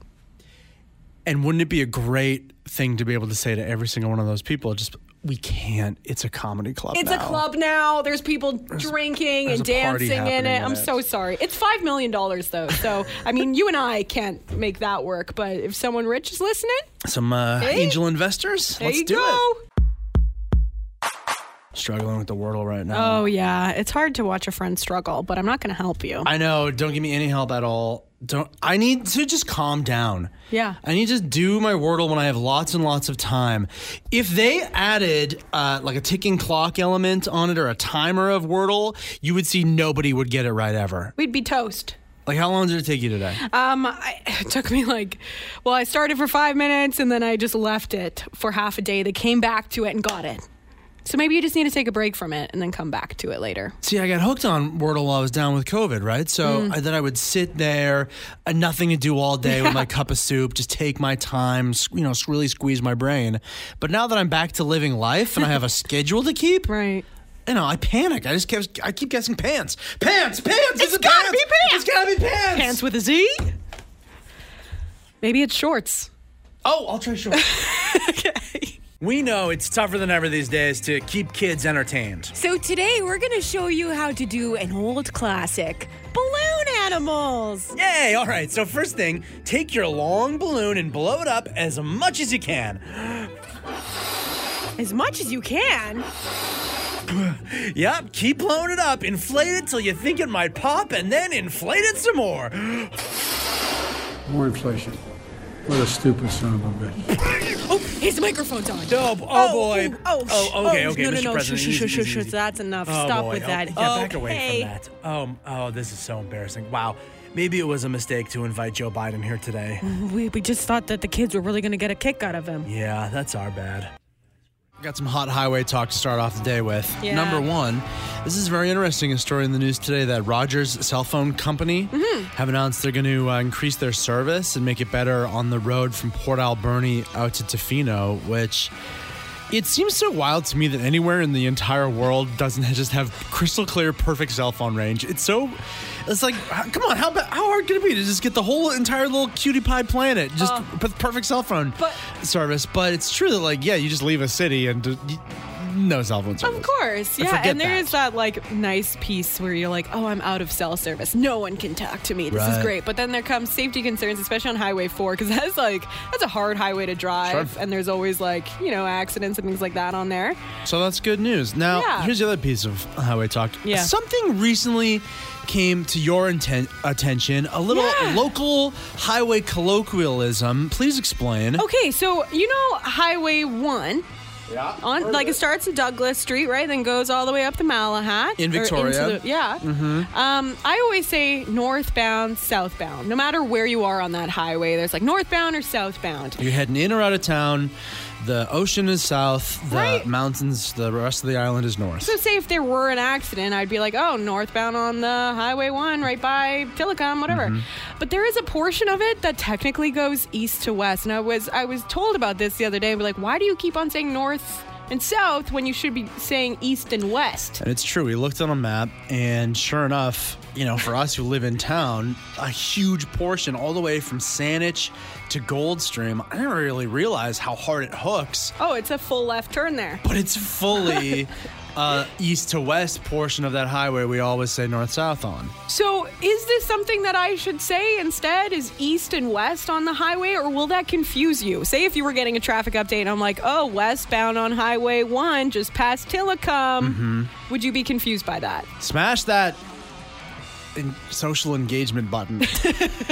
and wouldn't it be a great thing to be able to say to every single one of those people? Just we can't. It's a comedy club.
It's
now."
a club now. There's people drinking
there's
and
a party
dancing in
happening
it.
in
I'm
it.
so sorry. It's five million dollars though, so I mean, you and I can't make that work. But if someone rich is listening,
Some uh,
Hey.
angel investors.
there
Let's
you
do
go.
it. Struggling with the wordle right now.
Oh yeah, it's hard to watch a friend struggle, but I'm not going to help you.
I know. Don't give me any help at all. Don't. I need to just calm down.
Yeah.
I need to just do my wordle when I have lots and lots of time. If they added uh, like a ticking clock element on it or a timer of wordle, you would see nobody would get it right ever.
We'd be toast.
Like, how long did it take you today?
Um, I, it took me like, well, I started for five minutes and then I just left it for half a day. They came back to it and got it. So maybe you just need to take a break from it and then come back to it later.
See, I got hooked on Wordle while I was down with COVID, right? So I, then I would sit there, uh, nothing to do all day with my cup of soup, just take my time, s- you know, s- really squeeze my brain. But now that I'm back to living life and I have a schedule to keep,
Right.
you know, I panic. I just kept, I keep guessing pants, pants, pants. It's
gotta be
It's
pants!
gotta be pants.
Pants with a Z? Maybe it's shorts.
Oh, I'll try short.
We know it's tougher than ever these days to keep kids entertained.
So today we're going to show you how to do an old classic balloon animals.
Yay! All right, so first thing, take your long balloon and blow it up as much as you can.
As much as you can.
Yep, keep blowing it up, inflate it till you think it might pop, and then inflate it some more.
More inflation. What a stupid son of a bitch.
Oh, his microphone's on.
Oh, oh, boy.
ooh, Oh,
oh,
sh-
okay,
oh,
okay,
No, no,
Mr.
no.
President.
Shh, shh,
easy,
shh,
easy,
shh,
easy.
That's enough.
Oh,
Stop
boy.
with
Oh,
that.
Yeah, back
oh,
away
hey.
from that. Oh, oh, this is so embarrassing. Wow. Maybe it was a mistake to invite Joe Biden here today.
We, we just thought that the kids were really going to get a kick out of him.
Yeah, that's our bad.
Got some hot highway talk to start off the day with.
Yeah.
Number one, this is very interesting. A story in the news today that Rogers cell phone company have announced they're going to uh, increase their service and make it better on the road from Port Alberni out to Tofino, which it seems so wild to me that anywhere in the entire world doesn't just have crystal clear, perfect cell phone range. It's so, it's like, h- come on, how ba- how hard could it be to just get the whole entire little cutie pie planet just with perfect cell phone
Uh. but-
service? But it's true that like, yeah, you just leave a city and d- y- no cell phone service.
Of course,
I
yeah.
forget
And there
that.
is that. like nice piece where you're like, oh, I'm out of cell service. No one can talk to me. This
Right.
is great. But then there comes safety concerns, especially on Highway 4, because <laughs> that's like that's a hard highway to drive,
Sure.
and there's always like you know accidents and things like that on there.
So that's good news. Now,
Yeah.
here's the other piece of highway talk.
Yeah.
Something recently came to your inten- attention, a little
Yeah.
local highway colloquialism. Please explain.
Okay, so you know Highway 1. Yeah. On like it starts in Douglas Street, right? Then goes all the way up to Malahat
In
or into
Victoria. Mm-hmm.
the- yeah. Um, I always say northbound, southbound. No matter where you are on that highway, there's like northbound or southbound.
You're heading in or out of town, The ocean is south, the
Right.
mountains, the rest of the island is north.
So <laughs> say if there were an accident, I'd be like, oh, northbound on the Highway 1 right by Telecom, whatever. But there is a portion of it that technically goes east to west. And I was I was told about this the other day. But like, why do you keep on saying north and south when you should be saying east and west?
And it's true. We looked on a map, and sure enough, you know, for us who live in town, a huge portion all the way from Saanich to Goldstream, I didn't really realize how hard it hooks,
Oh, it's a full left turn there.
but it's fully uh, east to west portion of that highway we always say north south on.
So is this something that I should say instead is east and west on the highway or will that confuse you? Say if you were getting a traffic update and I'm like, oh, westbound on Highway 1 just past Telecom.
Mm-hmm.
Would you be confused by that?
Smash that in- social engagement button.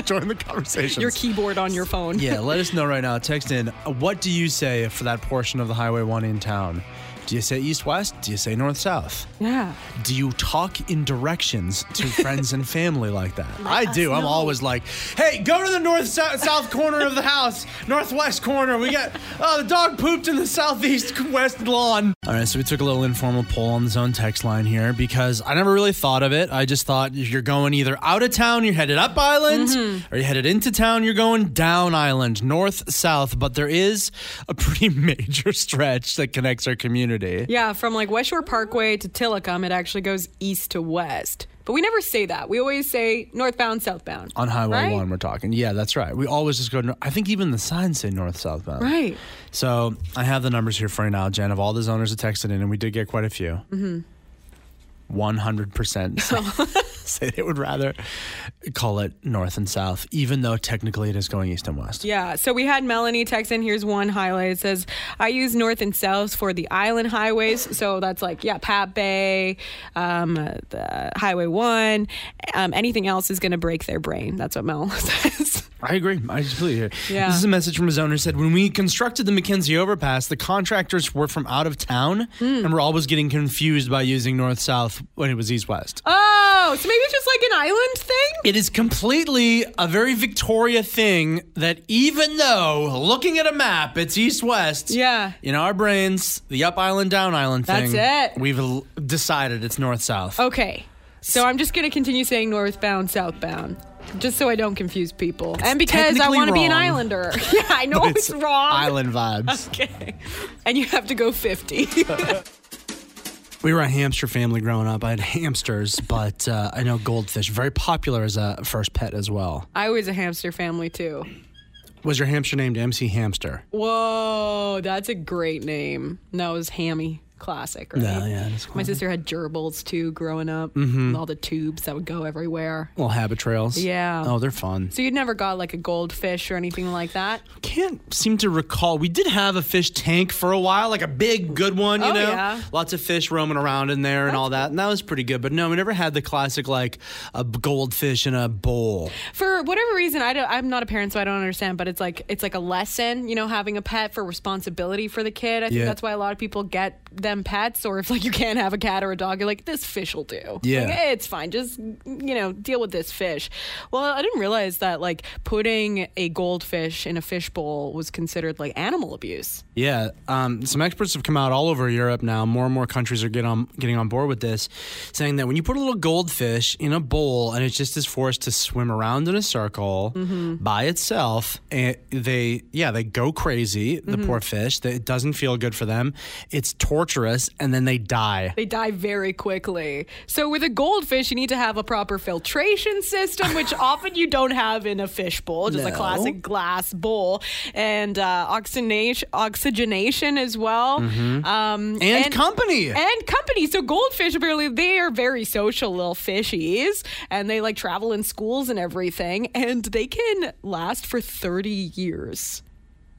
Join the conversation.
your keyboard on your phone.
Yeah, let us know right now. Text in. uh, What do you say for that portion of the Highway 1 in town? Do you say east west? Do you say north south?
Yeah.
Do you talk in directions to friends and family like that? I do. I'm always like, hey, go to the north sou- south corner of the house, northwest corner. We got, oh, the dog pooped in the southeast west lawn. All right, so we took a little informal poll on the zone text line here because I never really thought of it. I just thought if you're going either out of town, you're headed up island, or you headed into town, you're going down island, north, south. But there is a pretty <laughs> major stretch that connects our community.
Yeah, from like West Shore Parkway to Tillicum, it actually goes east to west. But we never say that. We always say northbound, southbound.
on Highway
right?
One. We're talking. Yeah, that's right. We always just go. nor- I think even the signs say north southbound.
Right.
So I have the numbers here for you now, Jen. Of all the zoners that texted in, and we did get quite a few.
Mm-hmm.
One hundred
<laughs>
percent say <laughs> they would rather call it north and south, even though technically it is going east and west.
Yeah, so we had Melanie text in. Here's one highlight. It says, I use north and south for the island highways. So that's like, yeah, Pat Bay, um, uh, the Highway 1. Um, anything else is going to break their brain. That's what Mel <laughs> says.
I agree. I completely agree.
Yeah.
This is a message from a zoner who said when we constructed the McKenzie overpass, the contractors were from out of town
Mm.
and were always getting confused by using north south when it was east west.
Oh, so maybe it's just like an island thing?
It is completely a very Victoria thing that even though looking at a map, it's east west.
Yeah.
In our brains, the up island, down island thing.
That's it. Oh,
We've l- decided it's north south.
Okay. So I'm just going to continue saying northbound, southbound, just so I don't confuse people. and because I
technically
want to be an
wrong.
islander. <laughs> yeah, I know it's, wrong.
Island vibes.
<laughs> Okay. And you have to go 50.
We were a hamster family growing up. I had hamsters, but uh, I know goldfish, very popular as a first pet as well.
<laughs> I was a hamster family too.
Was your hamster named MC Hamster?
Whoa, that's a great name. No, it was Hammy. Classic, right?
Yeah, yeah, Mm-hmm. that's
My sister had gerbils too growing up, and all the tubes that would go everywhere.
Little habit trails.
Yeah.
Oh, they're fun.
So you'd never got like a goldfish or anything like that?
can't seem to recall. We did have a fish tank for a while, like a big, good one, you
Oh,
know?
yeah.
Lots of fish roaming around in there and all that. And that was pretty good. But no, we never had the classic, like a b- goldfish in a bowl.
for whatever reason I don't, i'm not a parent so i don't understand but it's like it's like a lesson you know having a pet for responsibility for the kid i think
Yeah.
that's why a lot of people get them pets or if like you can't have a cat or a dog you're like this fish will do
Yeah.
Like, "Eh, it's fine just you know deal with this fish well i didn't realize that like putting a goldfish in a fish bowl was considered like animal abuse
Yeah. Um, some experts have come out all over Europe now. More and more countries are get on, getting on board with this, saying that when you put a little goldfish in a bowl and it just is forced to swim around in a circle by itself, and they, yeah, they go crazy, the poor fish. That It doesn't feel good for them. It's torturous, and then they die.
they die very quickly. So, with a goldfish, you need to have a proper filtration system,
<laughs>
which often you don't have in a fish bowl, just a
No.
classic glass bowl, and uh, oxygenation, oxygenation as well. Um,
Mm-hmm. and, company.
and company. So goldfish apparently they are very social little fishies, and they like travel in schools and everything, and they can last for thirty years.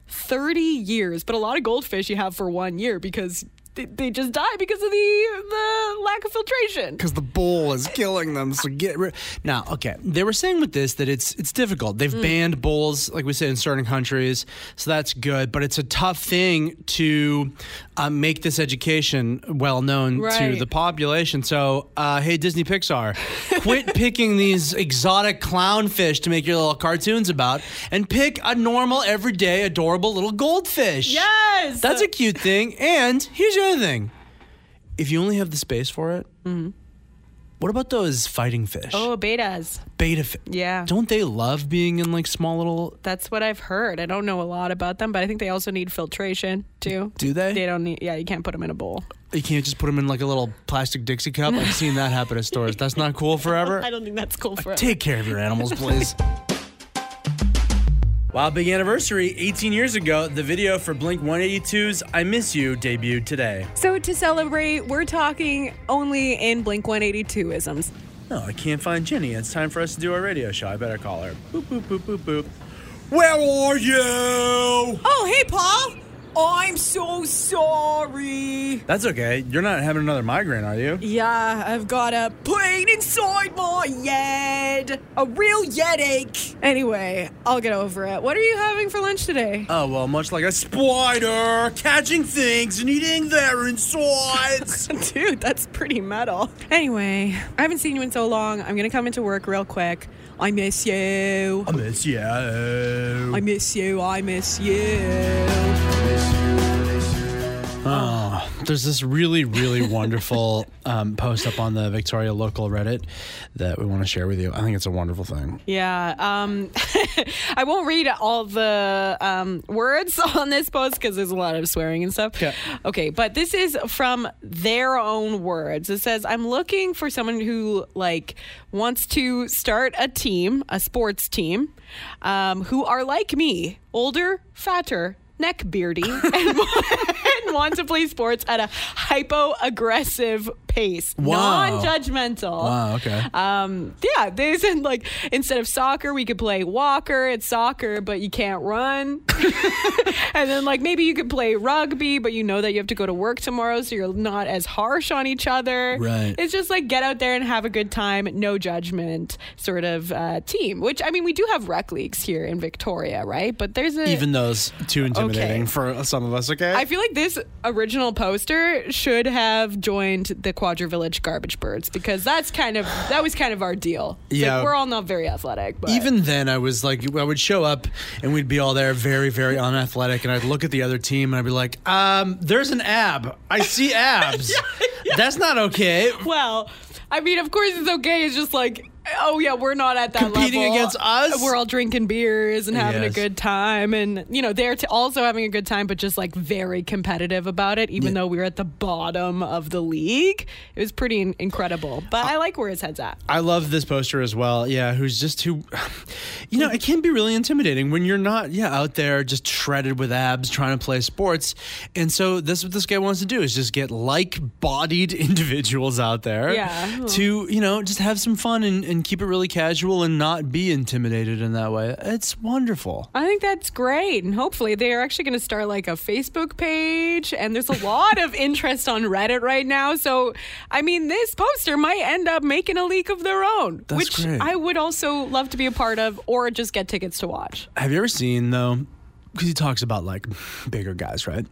Thirty years, but a lot of goldfish you have for one year because they, they just die because of the the lack of filtration.
because the bull is killing them. So get rid. Now, okay, they were saying with this that it's it's difficult.
Mm.
They've banned bulls, like we said, in certain countries, so that's good. But it's a tough thing to uh, make this education well known to
Right.
the population. So, uh, hey, Disney Pixar,
<laughs>
quit picking these exotic clownfish to make your little cartoons about, and pick a normal, everyday, adorable little goldfish.
Yes.
That's a cute thing. And here's the other thing. If you only have the space for it, what about those fighting fish?
Mm-hmm. oh betas.
Beta fish.
Yeah.
Don't they love being in like small little
That's what I've heard. I don't know a lot about them, but I think they also need filtration too.
Do they?
They don't need. Yeah, you can't put them in a bowl.
you can't just put them in like a little plastic Dixie cup. I've seen that happen at stores. That's not cool forever.
<laughs> I don't think that's cool for.
Take care of your animals, please.
<laughs> Wow, big anniversary. 18 years ago, the video for Blink 182's I Miss You debuted today.
So to celebrate, we're talking only in Blink 182 isms.
No, I can't find Jenny. It's time for us to do our radio show. I better call her. Boop, boop, boop, boop, boop. Where are you?
Oh, hey, Paul. I'm so sorry.
That's okay. You're not having another migraine, are you?
Yeah, I've got a pain inside my head. A real head ache. Anyway, I'll get over it. What are you having for lunch today?
Oh, well, much like a spider, catching things and eating their
<laughs>
insides.
<laughs> Dude, that's pretty metal. Anyway, I haven't seen you in so long. I'm gonna come into work real quick. I miss you.
I miss you.
I miss you. I miss you.
There's this really, really wonderful <laughs> um, post up on the Victoria local Reddit that we want to share with you. I think it's a wonderful thing.
Yeah. Um, <laughs> I won't read all the um, words <laughs> on this post because there's a lot of swearing and stuff.
Yeah.
Okay, but this is from their own words. It says, "I'm looking for someone who like wants to start a team, a sports team, um, who are like me, older, fatter." Neck
<laughs>
beardy and, <laughs> and want to play sports at a hypo aggressive pace,
Wow.
non
Wow,
judgmental.
Ah, okay.
Um, yeah, they said like instead of soccer, we could play walker. It's soccer, but you can't run. <laughs> and then like maybe you could play rugby, but you know that you have to go to work tomorrow, so you're not as harsh on each other.
Right.
It's just like get out there and have a good time, no judgment sort of uh, team. Which I mean, we do have rec leagues here in Victoria, right? But there's a
Even those too intimidating for some of us, okay?
I feel like this original poster should have joined the Quadra Village Garbage Birds because that's kind of that was kind of our deal. It's like,
Yeah.
we're all not very athletic, but
Even then, I was like, I would show up and we'd be all there very, very unathletic. And I'd look at the other team and I'd be like, um, there's an ab. I see abs. That's not okay.
well, I mean, of course it's okay. It's just like, oh yeah, we're not at that
Competing
level.
against us?
We're all drinking beers and having
Yes.
a good time, and you know they're t- also having a good time, but just like very competitive about it. Even though we were at the bottom of the league, it was pretty in- incredible. But
Uh,
I like where his head's at.
I love this poster as well. Yeah, who's just who, you know, it can be really intimidating when you're not, yeah, out there just shredded with abs trying to play sports. And so that's what this guy wants to do is just get like-bodied <laughs> individuals out there,
Yeah.
to you know just have some fun and, and keep it really casual and not be intimidated in that way. It's wonderful.
I think that's great. And hopefully they are actually going to start like a Facebook page and there's a lot of interest on Reddit right now. So, I mean, this poster might end up making a leak of their own,
That's
which
great.
I would also love to be a part of or just get tickets to watch.
Have you ever seen though? Because he talks about like bigger guys, right?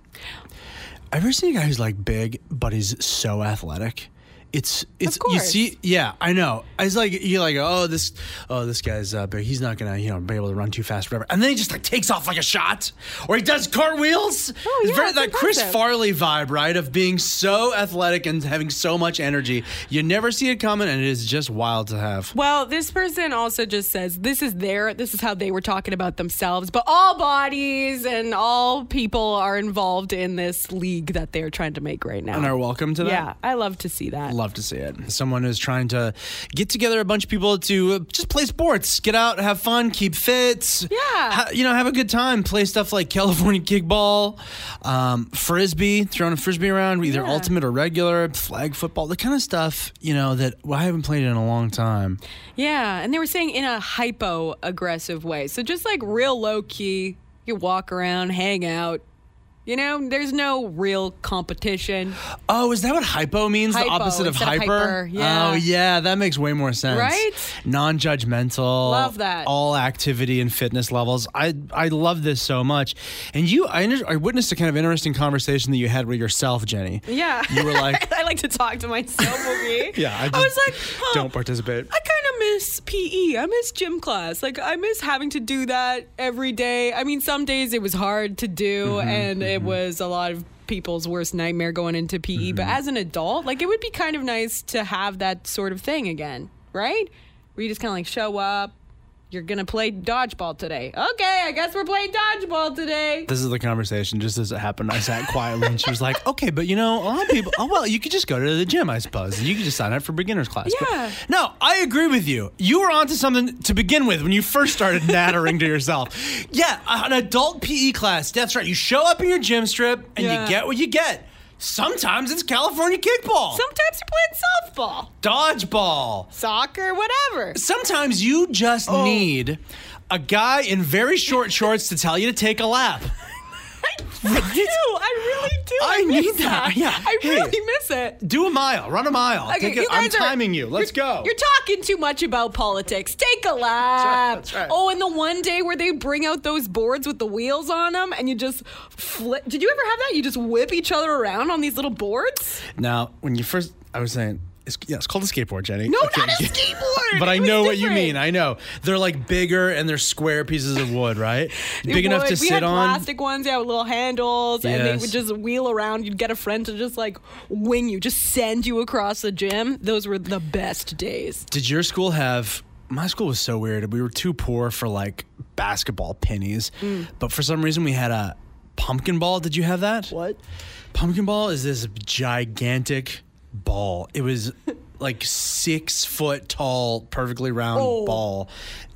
I've ever seen a guy who's like big, but he's so athletic. It's it's you
course.
see, yeah, I know. It's like you're like, oh this, oh this guy's uh, big. He's not gonna you know be able to run too fast, whatever. And then he just like takes off like a shot, or he does cartwheels.
Oh,
It's
yeah,
very,
it's
that Chris
impressive.
Farley vibe, right? Of being so athletic and having so much energy, you never see it coming, and it is just wild to have.
Well, this person also just says this is their this is how they were talking about themselves, but all bodies and all people are involved in this league that they're trying to make right now.
And are welcome to that.
yeah, I love to see that.
Love to see it. Someone is trying to get together a bunch of people to uh, just play sports, get out, have fun, keep fit. Yeah. you know, have a good time. Play stuff like California <laughs> kickball, um, frisbee, throwing a frisbee around, either ultimate or regular, flag football, the kind of stuff, you know, that well, I haven't played in a long time.
Yeah, and they were saying in a hypo aggressive way. So just like real low key, you walk around, hang out, You know, there's no real competition,
Oh, is that what hypo means? the
Hypo
opposite of
instead
hyper?
of hyper, yeah.
Oh, yeah, that makes way more sense.
Right?
Non judgmental.
Love that.
All activity and fitness levels. I I love this so much. And you, I, under- I witnessed a kind of interesting conversation that you had with yourself, Jenny.
Yeah.
You were like,
<laughs> I like to talk to myself, okay?
Yeah, I
I,
just
was like, huh,
don't participate.
I kind of miss PE. I miss gym class. Like, I miss having to do that every day. I mean, some days it was hard to do,
Mm-hmm,
and it was a lot of people's worst nightmare going into PE. But
Mm-hmm.
as an adult, like, it would be kind of nice to have that sort of thing again, right? Where you just kind of like show up. You're gonna play dodgeball today. Okay, I guess we're playing dodgeball today.
this is the conversation, just as it happened. I sat quietly and she was like, okay, but you know, a lot of people, oh, well, you could just go to the gym, I suppose. You could just sign up for beginner's class. But-
Yeah.
no, I agree with you. You were onto something to begin with when you first started nattering to yourself. Yeah, an adult PE class. That's right. You show up in your gym strip and
Yeah.
you get what you get. Sometimes it's California kickball,
Sometimes you're playing softball,
dodgeball.
soccer, whatever.
Sometimes you just
Oh.
need a guy in very short shorts to tell you to take a lap.
I do. I really do.
I
miss
need that. Yeah.
I
Hey.
really miss it.
Do a mile, run a mile. Take a-
you
I'm
guys are-
timing you. Let's
you're-
go.
You're talking too much about politics. Take a lap.
that's right.
Oh, and the one day where they bring out those boards with the wheels on them, and you just flip. Did you ever have that? You just whip each other around on these little boards.
Now, when you first, I was saying, it's, yeah, it's called a skateboard, Jenny.
No, not a skateboard.
But I
It was
know what you
different.
mean. I know they're like bigger and they're square pieces of wood, right?
<laughs> They
Big enough
would.
to
we
sit
had
on.
plastic ones, yeah, with little handles, and they
Yes.
would just wheel around. You'd get a friend to just like wing you, just send you across the gym. Those were the best days.
Did your school have? My school was so weird. We were too poor for like basketball pennies, but for some reason we had a pumpkin ball. Did you have that? What? Pumpkin ball is this gigantic ball. It was like six foot tall, perfectly round ball,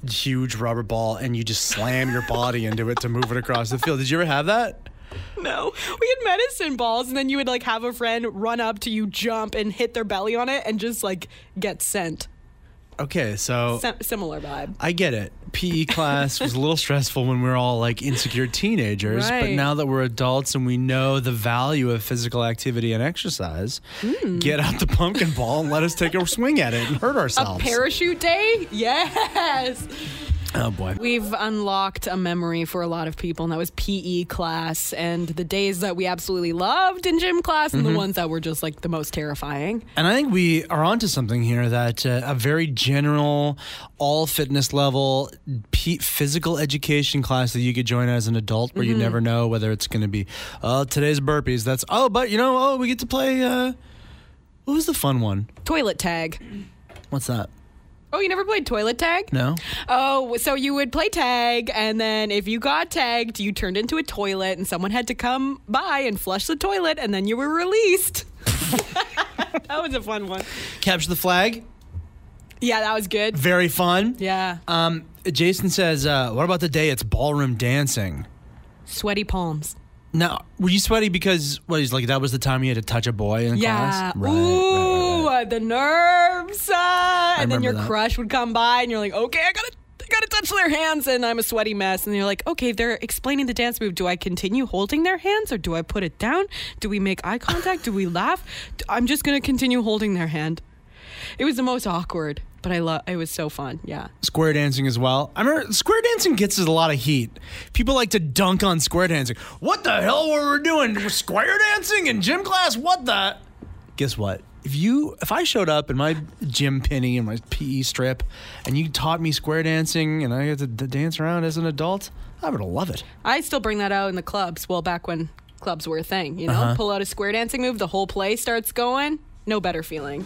huge rubber ball, and you just slam your body into it to move it across the field. Did you ever have that?
No, we had medicine balls, and then you would like have a friend run up to you, jump, and hit their belly on it, and just like get sent.
Okay, so
Sim- similar vibe.
I get it. PE class was a little stressful when we were all like insecure teenagers, but
Right.
now that we're adults and we know the value of physical activity and exercise, get out the pumpkin ball and let us take a swing at it and hurt
Hmm. A
ourselves.
parachute day? Yes.
oh boy.
We've unlocked a memory for a lot of people, and that was PE class and the days that we absolutely loved in gym class and the ones that were just like the most terrifying.
And I think we are onto something here that uh, a very general, all fitness level p- physical education class that you could join as an adult where
Mm-hmm.
you never know whether it's going to be, oh, today's burpees. That's, oh, but you know, oh, we get to play, uh, what was the fun one?
Toilet tag.
What's that?
Oh, you never played toilet tag?
No.
Oh, so you would play tag, and then if you got tagged, you turned into a toilet, and someone had to come by and flush the toilet, and then you were released. <laughs> that was a fun one.
Capture the flag.
Yeah, that was good.
Very fun.
Yeah.
Um, Jason says, uh, what about the day it's ballroom dancing?
Sweaty palms.
Now, were you sweaty because, what, he's like, that was the time you had to touch a boy in
Yeah.
class? Right, right, right, right.
Ooh, the nerves. Uh, and then
remember
your
that.
crush would come by, and you're like, okay, I gotta. I gotta touch their hands, and I'm a sweaty mess. And you're like, okay, they're explaining the dance move. Do I continue holding their hands, or do I put it down? Do we make eye contact?
<laughs>
Do we laugh? D- I'm just gonna continue holding their hand. It was the most awkward, but I love. It was so fun. Yeah.
Square dancing as well. I remember square dancing gets us a lot of heat. People like to dunk on square dancing. What the hell were we doing? Square dancing in gym class? What the? Guess what? If you, if I showed up in my gym penny and my PE strip, and you taught me square dancing, and I got to d- dance around as an adult, I would love it.
I still bring that out in the clubs. Well, back when clubs were a thing, you know,
Uh-huh.
pull out a square dancing move, the whole play starts going. No better feeling.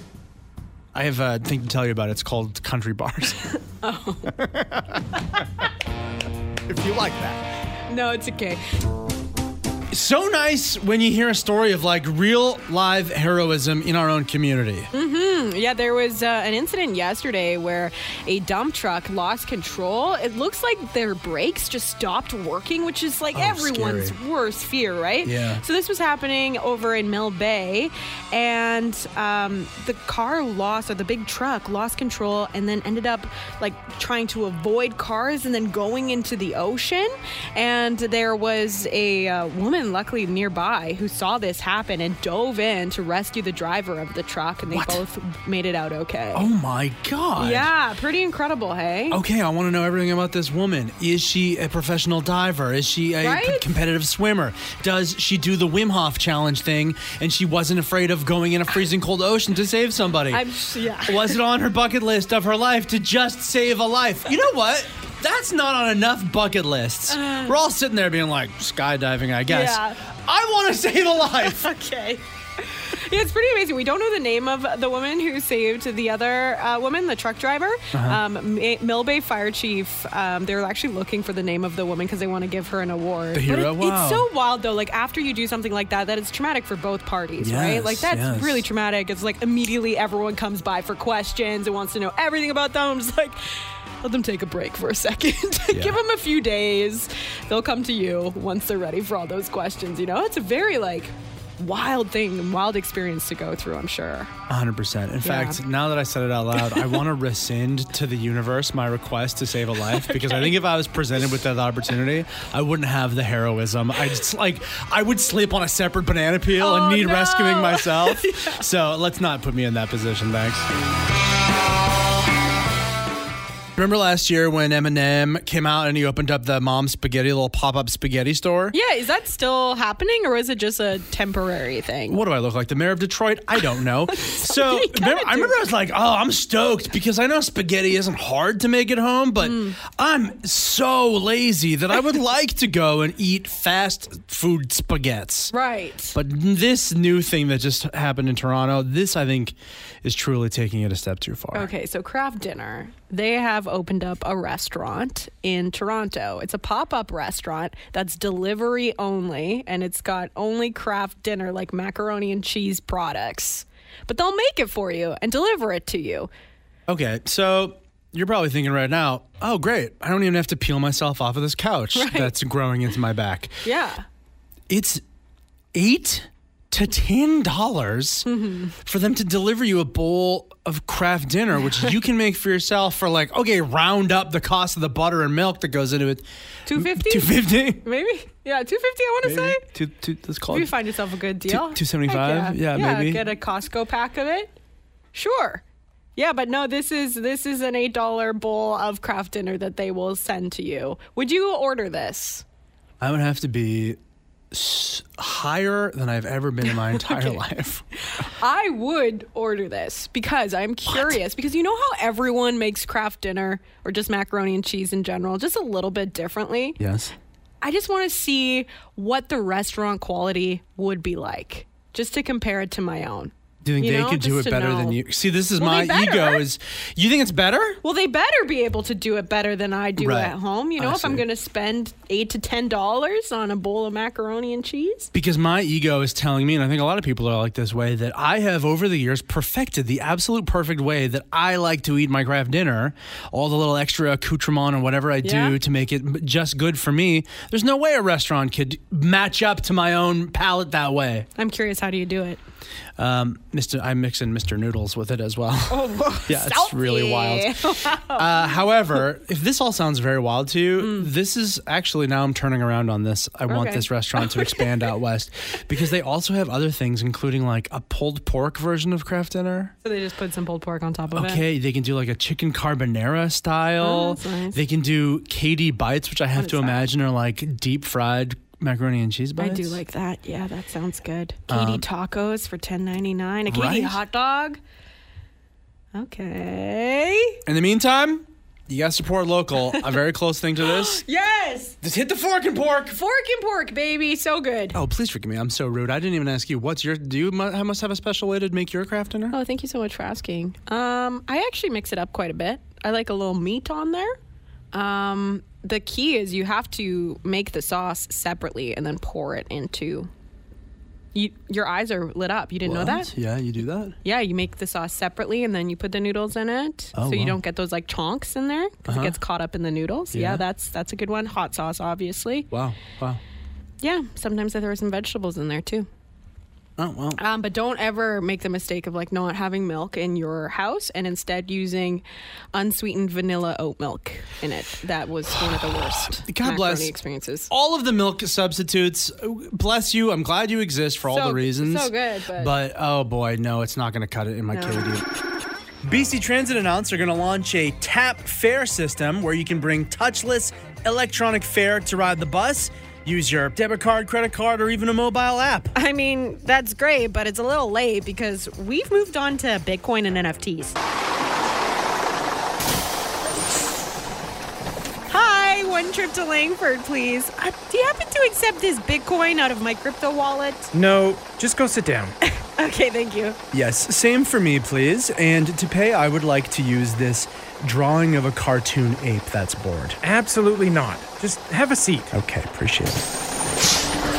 I have a thing to tell you about. It's called country bars. oh. <laughs> if you like that.
No, it's okay.
so nice when you hear a story of like real live heroism in our own community.
Mm-hmm. Yeah, there was uh, an incident yesterday where a dump truck lost control. It looks like their brakes just stopped working, which is like everyone's
Oh, scary.
worst fear, right?
Yeah.
So this was happening over in Mill Bay, and um, the car lost, or the big truck lost control, and then ended up like trying to avoid cars and then going into the ocean. And there was a uh, woman woman, luckily nearby, who saw this happen and dove in to rescue the driver of the truck, and they both made it out okay.
Oh my god.
yeah, pretty incredible, hey?
Okay, I want to know everything about this woman. Is she a professional diver? Is she a p-
Right?
competitive swimmer? Does she do the Wim Hof challenge thing and she wasn't afraid of going in a freezing cold ocean to save somebody?
I'm s- yeah.
Was it on her bucket list of her life to just save a life? You know what? That's not on enough bucket lists. We're all sitting there being like, skydiving, I guess.
Uh. Yeah.
I want to save a life.
Okay. <laughs> Yeah, it's pretty amazing. We don't know the name of the woman who saved the other uh, woman, the truck driver.
Uh-huh.
Um, Ma- Millbay Fire Chief. Um, they're actually looking for the name of the woman because they want to give her an award.
The hero?
But it-
Wow.
It's so wild though. Like after you do something like that, that it's traumatic for both parties, right?
Yes,
Like that's
yes.
really traumatic. It's like immediately everyone comes by for questions and wants to know everything about them. I'm just like. Let them take a break for a second. <laughs> Give them a few days. They'll come to you once they're ready for all those questions. You know, it's a very like wild thing and wild experience to go through, I'm sure.
100%. In fact, now that I said it out loud, I
<laughs>
want to rescind to the universe my request to save a life because I think if I was presented with that opportunity, I wouldn't have the heroism. I just like I would sleep on a separate banana peel
Oh,
and need
no.
rescuing
<laughs>
myself. So, let's not put me in that position, thanks. Remember last year when Eminem came out and he opened up the mom spaghetti little pop-up spaghetti store?
Yeah, is that still happening or is it just a temporary thing?
what do I look like? The mayor of Detroit? I don't
<laughs>
know. so
you gotta
remember- I
do.
remember I was like, oh, I'm stoked because I know spaghetti isn't hard to make at home, but
Mm.
I'm so lazy that
<laughs>
I would like to go and eat fast food spaghettis.
Right.
But this new thing that just happened in Toronto, this I think is truly taking it a step too far.
Okay, so Kraft Dinner, they have opened up a restaurant in Toronto. It's a pop up restaurant that's delivery only, and it's got only Kraft Dinner, like macaroni and cheese products. But they'll make it for you and deliver it to you.
Okay, so you're probably thinking right now, oh, great. I don't even have to peel myself off of this
<laughs>
couch that's growing into my back.
Yeah.
it's eight to ten dollars
Mm-hmm.
for them to deliver you a bowl of craft dinner,
<laughs>
which you can make for yourself for like okay, round up the cost of the butter and milk that goes into it.
250?
Two fifty.
Maybe? Yeah, 250 I want to say.
Two, two, let's call
If you
it.
find yourself a good deal.
Oh, two seventy-five?
Heck
Yeah, maybe.
Get a Costco pack of it. Sure. Yeah, but no, this is this is an eight dollar bowl of craft dinner that they will send to you. Would you order this?
I would have to be s- higher than I've ever been in
<laughs>
my entire life.
I would order this because I'm curious. Because you know how everyone makes craft dinner or just macaroni and cheese in general, just a little bit differently.
Yes.
I just want to see what the restaurant quality would be like, just to compare it to my own.
Do you think
You
they
know,
could do
just
it
to
better than
know.
you? See, this is
Well,
my
they better.
ego. Is you think it's better?
Well, they better be able to do it better than I do
Right.
at home. You know,
I
if I'm
see.
going to spend eight to ten dollars on a bowl of macaroni and cheese,
because my ego is telling me, and I think a lot of people are like this way, that I have over the years perfected the absolute perfect way that I like to eat my craft dinner, all the little extra accoutrement and whatever I
Yeah.
do to make it m- just good for me. There's no way a restaurant could match up to my own palate that way.
I'm curious, how do you do it?
Um, Mr. I'm mixing Mr. Noodles with it as well. Oh, <laughs> yeah, it's really
<laughs>
wild. Uh, however, if this all sounds very wild to you, this is actually now I'm turning around on this. I want
Mm. Okay.
this restaurant to expand
<laughs>
out west because they also have other things, including like a pulled pork version of craft dinner.
So they just put some pulled pork on top of it.
Okay, they can do like a chicken carbonara
Oh,
style.
that's nice.
They can do KD bites, which I have
is
to
that?
imagine are like deep fried macaroni and cheese
I
bites.
do like that. Yeah, that sounds good. Katie tacos for ten ninety nine. A Katie
Right?
hot dog. Okay.
In the meantime, you got to support local. a very close thing to this.
Yes,
Just hit the fork and pork.
fork and pork, baby. So good.
Oh, please forgive me. I'm so rude. I didn't even ask you. What's your? Do you mu- must have a special way to make your craft dinner?
Oh, thank you so much for asking. Um, I actually mix it up quite a bit. I like a little meat on there. Um, the key is you have to make the sauce separately and then pour it into. You, your eyes are lit up. You didn't know that?
Yeah, you do that.
Yeah, you make the sauce separately and then you put the noodles in it,
Oh,
so you don't get those like chunks in there because
Uh-huh.
it gets caught up in the noodles. Yeah. that's that's a good one. Hot sauce, obviously.
Wow, wow.
Yeah, sometimes I throw some vegetables in there too.
Oh well.
Um, but don't ever make the mistake of like not having milk in your house and instead using unsweetened vanilla oat milk in it. That was one of the
God
worst macaroni
bless.
experiences.
All of the milk substitutes, bless you. I'm glad you exist for all
So-
the reasons.
so good, but-
oh boy, no, it's not going to cut it in my KD.
<laughs> BC Transit announced they're going to launch a tap fare system where you can bring touchless electronic fare to ride the bus. Use your debit card, credit card, or even a mobile app.
I mean, that's great, but it's a little late because we've moved on to Bitcoin and NFTs. Hi, one trip to Langford, please. Uh, do you happen to accept this Bitcoin out of my crypto wallet?
No, just go sit down.
Okay, thank you.
yes, same for me, please. And to pay, I would like to use this drawing of a cartoon ape that's bored.
Absolutely not. Just have a seat.
Okay, appreciate it.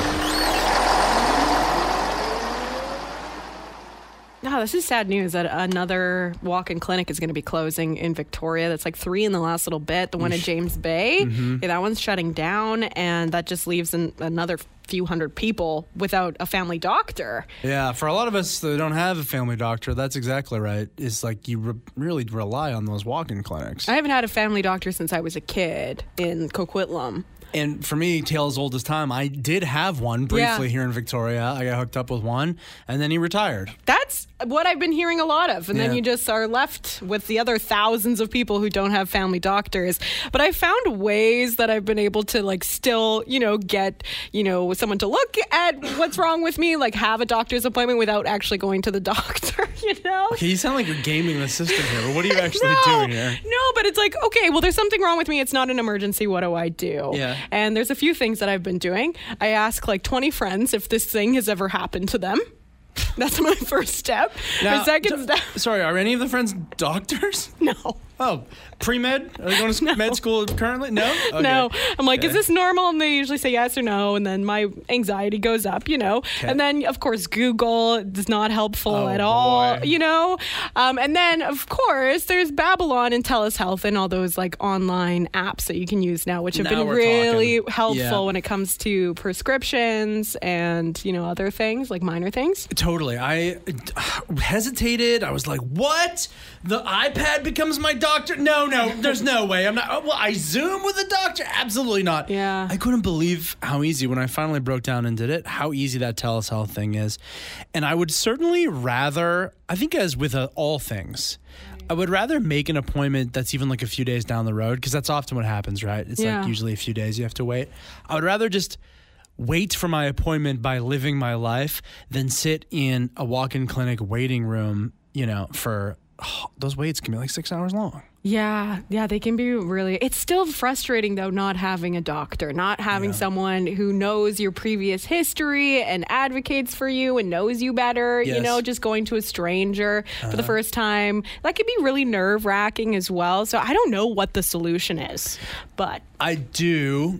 No, this is sad news that another walk-in clinic is going to be closing in Victoria. That's like three in the last little bit. The one at James Bay, yeah, that one's shutting down, and that just leaves an, another few hundred people without a family doctor.
Yeah, for a lot of us that don't have a family doctor, that's exactly right. It's like you re- really rely on those walk-in clinics.
I haven't had a family doctor since I was a kid in Coquitlam.
And for me, tales old as time. I did have one briefly
Yeah.
here in Victoria. I got hooked up with one, and then he retired.
That's what I've been hearing a lot of. And
Yeah.
then you just are left with the other thousands of people who don't have family doctors. But I found ways that I've been able to, like, still, you know, get, you know, someone to look at what's wrong with me, like, have a doctor's appointment without actually going to the <laughs> doctor, you know?
Okay, you sound like you're gaming the system here. But what are
<laughs>
you actually
no,
doing here?
No, but it's like, okay, well, there's something wrong with me. It's not an emergency. What do I do?
Yeah.
And there's a few things that I've been doing. I ask like 20 friends if this thing has ever happened to them. <laughs> That's my <laughs> first step. my
Now,
second
d-
step.
Sorry, are any of the friends doctors?
<laughs>
<laughs>
No.
Oh, pre med? Are they going
<laughs>
to med school currently? No? Okay.
No, I'm like, is
Okay.
this normal? And they usually say yes or no, and then my anxiety goes up, you know. And then, of course, Google is not helpful
Oh,
at all,
boy.
you know. Um, and then, of course, there's Babylon and Telehealth and all those like online apps that you can use now, which have
Now
been
we're
really
talking.
helpful
Yeah.
when it comes to prescriptions and you know other things like minor things.
Totally. I uh, hesitated. I was like, what? The iPad becomes my doctor? No, no, there's no way. I'm not. oh, Well, I Zoom with a doctor? Absolutely not.
Yeah.
I couldn't believe how easy, when I finally broke down and did it, how easy that telehealth thing is. And I would certainly rather, I think, as with uh, all things, I would rather make an appointment that's even like a few days down the road because that's often what happens, right? It's
Yeah.
like usually a few days you have to wait. I would rather just wait for my appointment by living my life than sit in a walk-in clinic waiting room, you know, for those waits can be like six hours long.
Yeah, yeah, they can be really. It's still frustrating though, not having a doctor, not having someone who knows your previous history and advocates for you and knows you better. You
Yes.
know, just going to a stranger for the first time that could be really nerve wracking as well. So I don't know what the solution is, but
I do,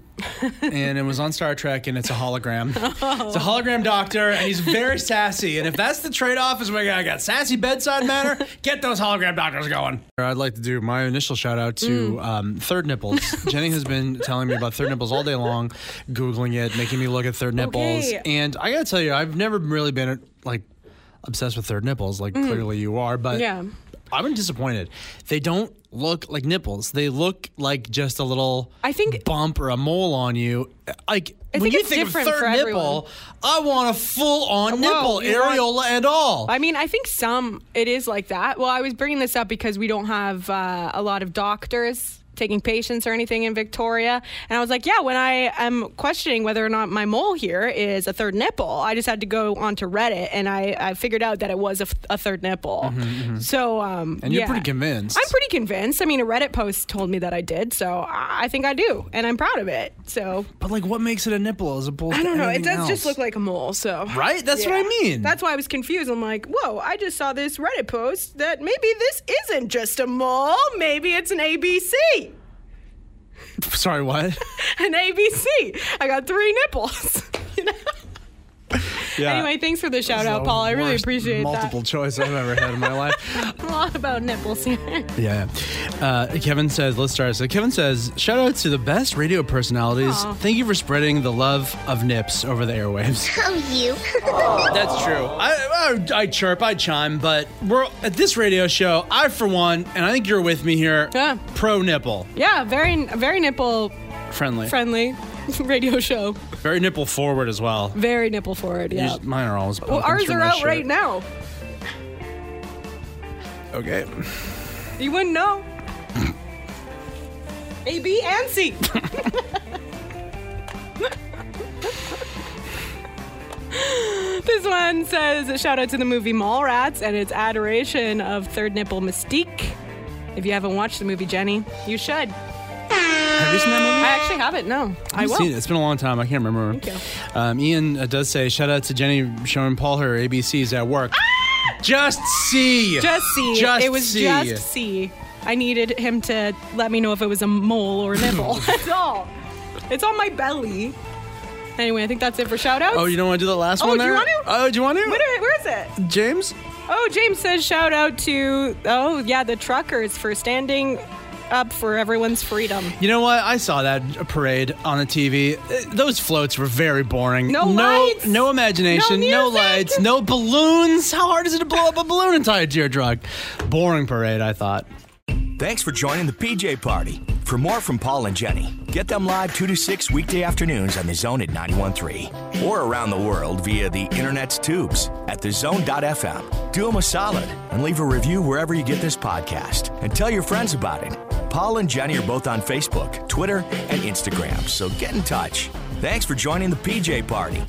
and it was on Star Trek, and it's a hologram. It's a hologram doctor, and he's very sassy. And if that's the trade-off, is where I got sassy bedside manner. Get those hologram doctors going. I'd like to do my initial shout out to
Mm.
um, Third
<laughs>
Nipples. Jenny has been telling me about Third Nipples all day long, googling it, making me look at Third Nipples,
Okay.
and I gotta tell you, I've never really been like obsessed with Third Nipples. Like clearly you are, but
Mm. Yeah.
I've been disappointed. They don't look like nipples. They look like just a little
I think-
bump or a mole on you. Like when
think
you
it's
think of
different
third
for
nipple,
everyone.
I want a full on nipple,
you want-
areola and all.
I mean, I think some it is like that. Well, I was bringing this up because we don't have uh, a lot of doctors taking patients or anything in Victoria, and I was like, yeah, when I am questioning whether or not my mole here is a third nipple, I just had to go onto Reddit and I, I figured out that it was a, f- a third nipple. So, um,
Mm-hmm, And you're
yeah.
pretty convinced.
I'm pretty convinced. I mean, a Reddit post told me that I did, so I I think I do, and I'm proud of it. So
but like, what makes it a nipple as opposed?
I don't
to
know. It
anything
does just
else?
look like a mole. So
Right? That's what I mean.
That's why I was confused. I'm like, whoa! I just saw this Reddit post that maybe this isn't just a mole. Maybe it's an ABC.
Sorry, what?
<laughs> An ABC. I got three nipples. you know.
Yeah.
<laughs> Anyway, thanks for the shout
The
out, Paul. I really
worst
appreciate
multiple choice I've ever had in my life.
that. A lot about nipples here. <laughs>
Yeah. Uh, Kevin says, let's start. So Kevin says, shout out to the best radio personalities.
Aw.
Thank you for spreading the love of nips over the airwaves.
<laughs>
Oh, you. That's true. I, I, I chirp, I chime, but we're at this radio show. I, for one, and I think you're with me here.
Yeah.
Pro nipple
Yeah, very very nipple
friendly,
friendly <laughs> radio show.
very nipple forward as well.
Very nipple forward. Yeah.
Yours- Mine are always.
Well,
poking
ours
through
are
my
out
shirt.
right now.
Okay.
You wouldn't know. A, B, and C. this one says, shout out to the movie Mallrats and its adoration of third nipple mystique. If you haven't watched the movie, Jenny, you should.
Have you seen that movie?
I actually haven't. No, I
I've
will.
seen it. It's been a long time. I can't remember.
Thank
Um, Ian uh, does say, shout out to Jenny showing Paul her ABCs at work. Just see.
Ah! Just C.
Just
it was
C.
just C. I needed him to let me know if it was a mole or a
<laughs>
nipple. that's all. It's on my belly. Anyway, I think that's it for shout outs.
Oh, you don't want to do the last
Oh,
one
do
there?
you want to?
Oh, do you want to?
Where- where is it?
James?
Oh, James says shout out to, oh, yeah, the truckers for standing up for everyone's freedom.
You know what? I saw that parade on the TV. Uh, Those floats were very boring.
No
no,
lights.
no imagination.
No music.
lights. No balloons. How hard is it to blow up a balloon inside a tear drug? Boring parade, I thought.
Thanks for joining the PJ Party. For more from Paul and Jenny, get them live 2 to 6 weekday afternoons on The Zone at 91.3 or around the world via the internet's tubes at thezone.fm. Do them a solid and leave a review wherever you get this podcast and tell your friends about it. Paul and Jenny are both on Facebook, Twitter, and Instagram, so get in touch. Thanks for joining the PJ Party.